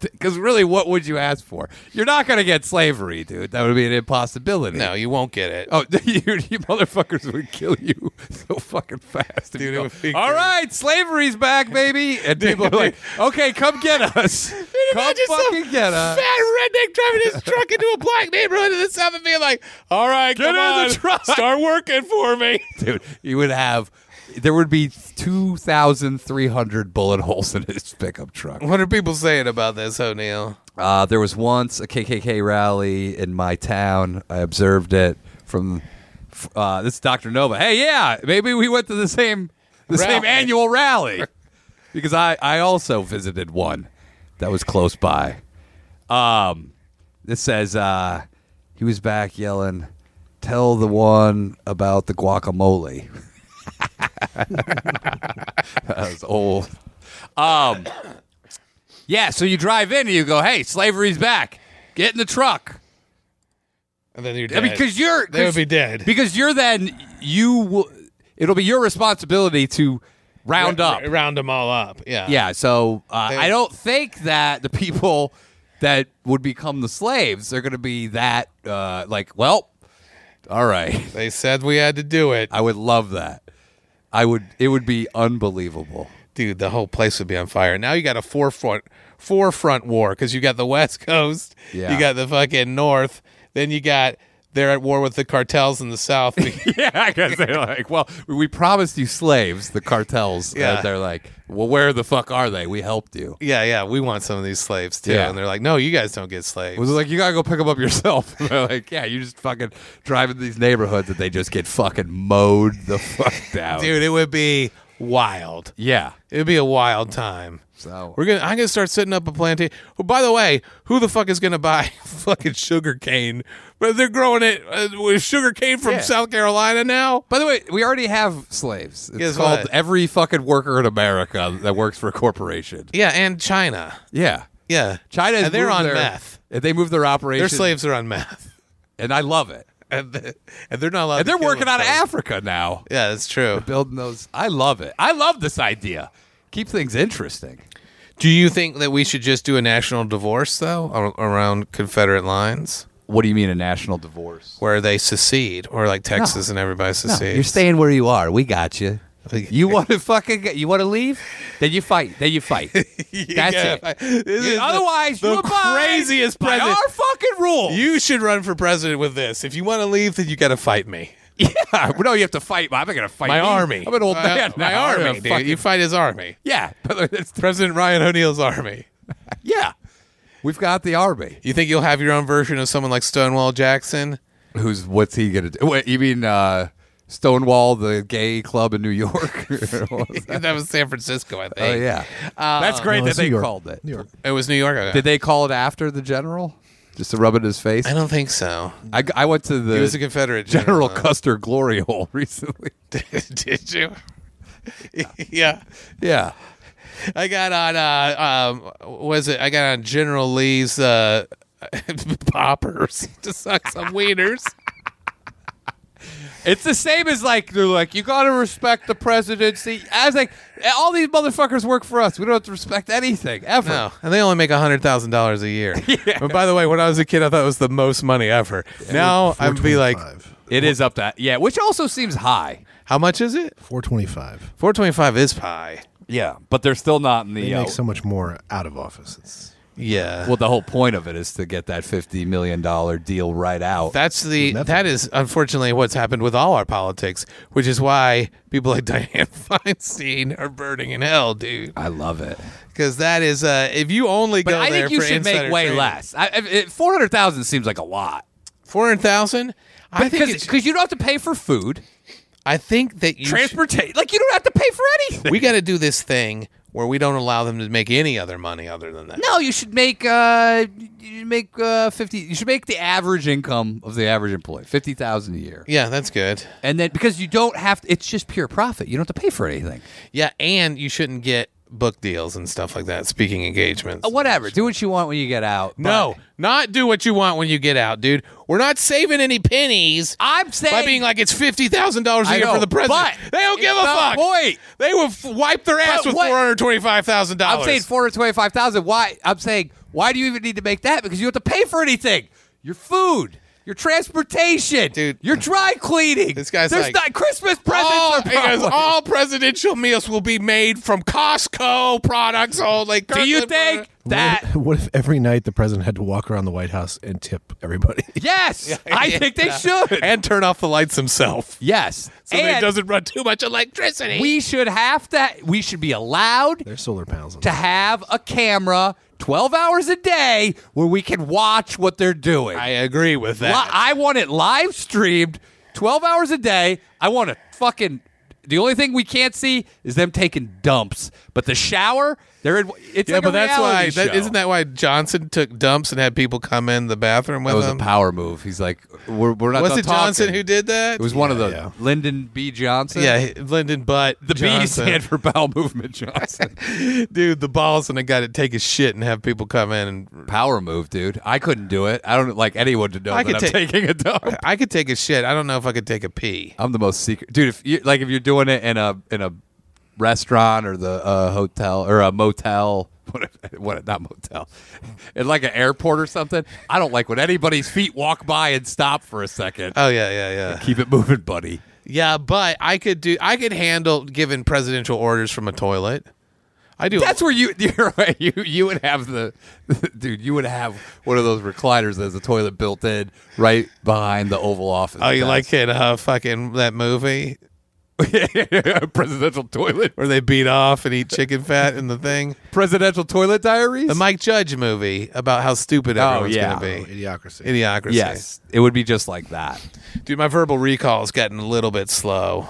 S1: Because really, what would you ask for? You're not going to get slavery, dude. That would be an impossibility.
S2: No, you won't get it.
S1: Oh, you, you motherfuckers would kill you so fucking fast. if you
S2: Dude, it
S1: go,
S2: would be
S1: All
S2: great."
S1: right, slavery's back, baby. And people are like, okay, come get us. come
S2: Imagine
S1: fucking
S2: some
S1: get us.
S2: fat redneck driving his truck into a black neighborhood in the south and being like, "All right,
S1: Get
S2: come
S1: in
S2: on,
S1: the truck."
S2: start working for me."
S1: dude you would have there would be 2300 bullet holes in his pickup truck
S2: What are people saying about this, O'Neill?
S1: uh, there was once a kkk rally in my town i observed it from f- uh, this is dr nova hey yeah maybe we went to the same the same
S2: Rally.
S1: annual rally because i i also visited one that was close by um this says uh he was back yelling tell the one about the guacamole That was old. Um, yeah, so you drive in and you go, "Hey, slavery's back. Get in the truck."
S2: And then you're
S1: I
S2: dead.
S1: mean, because you're
S2: they would
S1: 'cause-
S2: be dead.
S1: Because you're then you. Will, it'll be your responsibility to round
S2: R-
S1: up.
S2: r- round them all up. Yeah.
S1: Yeah, so uh,
S2: They-
S1: I don't think that the people that would become the slaves they are going to be that uh, like. Well, all right.
S2: They said we had to do it,
S1: I would love that. I would. It would be unbelievable.
S2: dude. The whole place would be on fire. Now you got a forefront forefront war because you got the West Coast,
S1: Yeah.
S2: you got the fucking North, then you got they're at war with the cartels in the South.
S1: yeah, I guess they're like, well, we promised you slaves, the cartels.
S2: Yeah.
S1: And they're like, well, where the fuck are they? We helped you.
S2: yeah, yeah, we want some of these slaves too.
S1: Yeah.
S2: And they're like, no, you guys don't get slaves.
S1: Was like, you gotta go pick them up yourself. And they're like, yeah, you just fucking drive in these neighborhoods and they just get fucking mowed the fuck down.
S2: dude, it would be wild.
S1: Yeah.
S2: It would be a wild time.
S1: So
S2: We're gonna. I'm gonna start setting up a plantation. Oh, by the way, who the fuck is gonna buy fucking sugar cane? But they're growing it uh, with sugar cane from
S1: Yeah.
S2: South Carolina now.
S1: by the way, we already have slaves. It's
S2: Guess
S1: called
S2: what?
S1: every fucking worker in America that works for a corporation.
S2: Yeah, and China.
S1: Yeah.
S2: Yeah,
S1: China is
S2: And they're on meth.
S1: They move their operation.
S2: Their slaves are on meth,
S1: And I love it.
S2: and, the, and they're not allowed.
S1: And
S2: to
S1: they're
S2: kill
S1: working out of
S2: themselves.
S1: Africa now.
S2: Yeah, that's true.
S1: building those. I love it. I love this idea. Keep things interesting.
S2: Do you think that we should just do a national divorce though ar- around Confederate lines
S1: What do you mean a national divorce?
S2: where they secede or like Texas and everybody
S1: No,
S2: secedes?
S1: you're staying where you are. We got you. You want to fucking get, you want to leave? Then you fight. Then you fight. That's
S2: Yeah,
S1: it.
S2: I- this
S1: You-
S2: is the-
S1: otherwise,
S2: the
S1: you abide
S2: craziest
S1: by
S2: president.
S1: our fucking rule.
S2: You should run for president with this. If you want to leave, then you got to fight me.
S1: yeah. No, you have to fight. I'm not gonna fight
S2: My
S1: me.
S2: army.
S1: I'm an old
S2: my,
S1: man.
S2: My
S1: now. I'm
S2: army,
S1: gonna
S2: dude.
S1: fucking-
S2: You fight his army.
S1: yeah. It's-
S2: President Ryan O'Neill's army.
S1: yeah. We've got the army.
S2: You think you'll have your own version of someone like Stonewall Jackson?
S1: Who's what's he gonna do? Wait, you mean uh, Stonewall, the gay club in New York? oh
S2: that was San Francisco, I think.
S1: yeah,
S2: Uh,
S1: that's great
S3: No,
S1: that
S3: it's New
S1: they
S3: York.
S1: called it.
S3: New York.
S2: It was New York. I-
S1: Did they call it after the general? Just to rub it in his face.
S2: I don't think so.
S1: I, I went to the
S2: He was a Confederate general.
S1: General Custer Glory Hole recently.
S2: Did you? yeah.
S1: Yeah.
S2: I got on uh um was it I got on General Lee's uh poppers to suck some wieners.
S1: It's the same as like they're like you gotta respect the presidency. I was like, all these motherfuckers work for us. We don't have to respect anything ever.
S2: No, and they only make hundred thousand dollars a year. But by the way, when I was a kid, I thought it was the most money ever. now I'd be like,
S3: 425.
S1: It is up that yeah, which also seems high.
S2: how much is it?
S3: 425.
S2: Four twenty-five is pie.
S1: Yeah, but they're still not in
S3: They
S1: the. uh,
S3: make so much more out of office. It's
S2: Yeah.
S1: well, the whole point of it is to get that fifty million dollar deal right out.
S2: That's the
S3: Nothing.
S2: that is unfortunately what's happened with all our politics, which is why people like Diane Feinstein are burning in hell, dude.
S1: I love it.
S2: Because that is uh, if you only
S1: But
S2: go
S1: I
S2: there
S1: think you
S2: for
S1: should make
S2: insider
S1: way
S2: trading-
S1: less. I, I, Four hundred thousand seems like a lot
S2: four hundred thousand. I think
S1: because
S2: it's,
S1: because you don't have to pay for food,
S2: I think that you should-
S1: transportation. Like you don't have to pay for anything.
S2: we got to do this thing where we don't allow them to make any other money other than that.
S1: No, you should make uh, you should make uh, fifty. You should make the average income of the average employee fifty thousand a year,
S2: Yeah, that's good.
S1: and then because you don't have, to, it's just pure profit. You don't have to pay for anything.
S2: Yeah, and you shouldn't get book deals and stuff like that, speaking engagements.
S1: Uh, whatever, do what you want when you get out.
S2: No,
S1: but
S2: not do what you want when you get out, dude. We're not saving any pennies
S1: I'm saying
S2: by being like it's fifty thousand dollars a
S1: I
S2: year
S1: know,
S2: for the president.
S1: but
S2: They don't give
S1: it's
S2: a
S1: the
S2: fuck.
S1: point.
S2: They will f- wipe their ass
S1: But
S2: with
S1: what-
S2: four hundred twenty-five thousand dollars.
S1: I'm saying four hundred twenty-five thousand. Why? I'm saying why do you even need to make that? Because you don't have to pay for anything. Your food. Your transportation,
S2: Dude.
S1: Your dry cleaning.
S2: This guy's
S1: There's
S2: like,
S1: not Christmas presents.
S2: all,
S1: are
S2: he goes, "Oh,
S1: probably-
S2: all presidential meals will be made from Costco products only.
S1: Do you
S2: Kirkland
S1: think
S2: product-
S1: that
S3: what if every night the president had to walk around the White House and tip everybody?
S1: Yes, I think they should.
S2: And turn off the lights himself
S1: yes,
S2: so that
S1: and
S2: it doesn't run too much electricity.
S1: we should have to. We should be allowed
S3: There's solar panels. On
S1: to have a camera twelve hours a day where we can watch what they're doing.
S2: I agree with
S1: Li-
S2: that.
S1: I want it live streamed, twelve hours a day. I want to fucking. The only thing we can't see is them taking dumps, but the shower, they're in. It's
S2: yeah,
S1: like
S2: but
S1: a
S2: that's why.
S1: reality
S2: That,
S1: show.
S2: isn't that why Johnson took dumps and had people come in the bathroom with
S1: That was a
S2: him?
S1: power move. He's like, we're, we're not.
S2: um, was
S1: done
S2: it Johnson
S1: talking.
S2: who did that?
S1: It was one of the
S3: yeah.
S1: Lyndon B. Johnson.
S2: yeah, he- Lyndon Butt.
S1: The B
S2: Johnson.
S1: stand for bowel movement Johnson.
S2: dude. The balls and a guy to take his shit and have people come in. and
S1: Power move, dude. I couldn't do it. I don't like anyone to know
S2: I
S1: that I'm
S2: could take-
S1: taking a dump.
S2: I could take a shit. I don't know if I could take a pee.
S1: I'm the most secret dude. If you like, if you're doing it in a in a restaurant or the uh, hotel or a motel, what, what not motel, in like an airport or something. I don't like when anybody's feet walk by and stop for a second.
S2: Oh yeah, yeah, yeah.
S1: Keep it moving, buddy.
S2: Yeah, but I could do. I could handle giving presidential orders from a toilet. I do.
S1: That's where you you're right. you you would have the dude. You would have one of those recliners that has a toilet built in right behind the Oval Office.
S2: oh, you
S1: desk.
S2: like it? Uh, fucking that movie
S1: presidential toilet?
S2: where they beat off and eat chicken fat in the thing.
S1: Presidential toilet diaries?
S2: The Mike Judge movie about how stupid everyone's
S1: Oh, yeah.
S2: gonna be.
S3: Idiocracy.
S2: Idiocracy.
S1: yes, it would be just like that.
S2: dude. My verbal recall's gotten a little bit slow.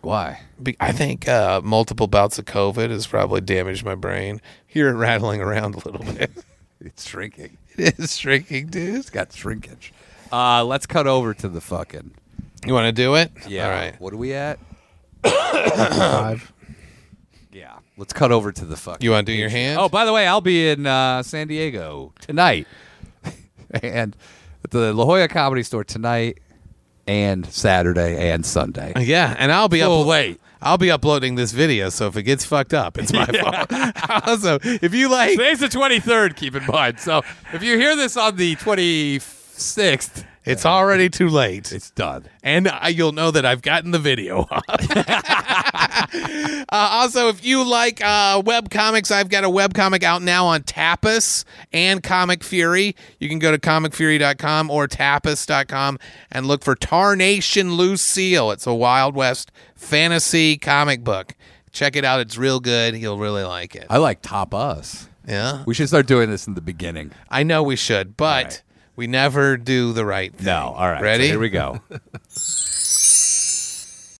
S1: Why?
S2: Be- I think uh, multiple bouts of COVID has probably damaged my brain. Hear it rattling around a little bit.
S1: It's shrinking.
S2: it is shrinking, dude.
S1: It's got shrinkage. Uh, let's cut over to the fucking.
S2: You want to do it?
S1: Yeah.
S2: All right.
S1: What are we at?
S3: Five.
S1: Yeah. Let's cut over to the fucking.
S2: You want to do your hand?
S1: Oh, by the way, I'll be in uh, San Diego tonight, and at the La Jolla Comedy Store tonight, and Saturday and Sunday.
S2: Yeah, and I'll be
S1: Oh,
S2: up
S1: wait.
S2: I'll be uploading this video, so if it gets fucked up, it's my fault. also, if you like,
S1: Today's the 23rd, keep in mind. So if you hear this on the 26th,
S2: it's already too late.
S1: it's done.
S2: and I, you'll know that I've gotten the video. up. uh, also, if you like uh, web comics, I've got a web comic out now on Tapas and Comic Fury. You can go to comicfury.com or tapas.com and look for Tarnation Lucille. It's a Wild West fantasy comic book. Check it out; it's real good. You'll really like it.
S1: I like Top Us.
S2: Yeah,
S1: We should start doing this in the beginning.
S2: I know we should, but we never do the right thing.
S1: No, all right.
S2: Ready?
S1: So here we go.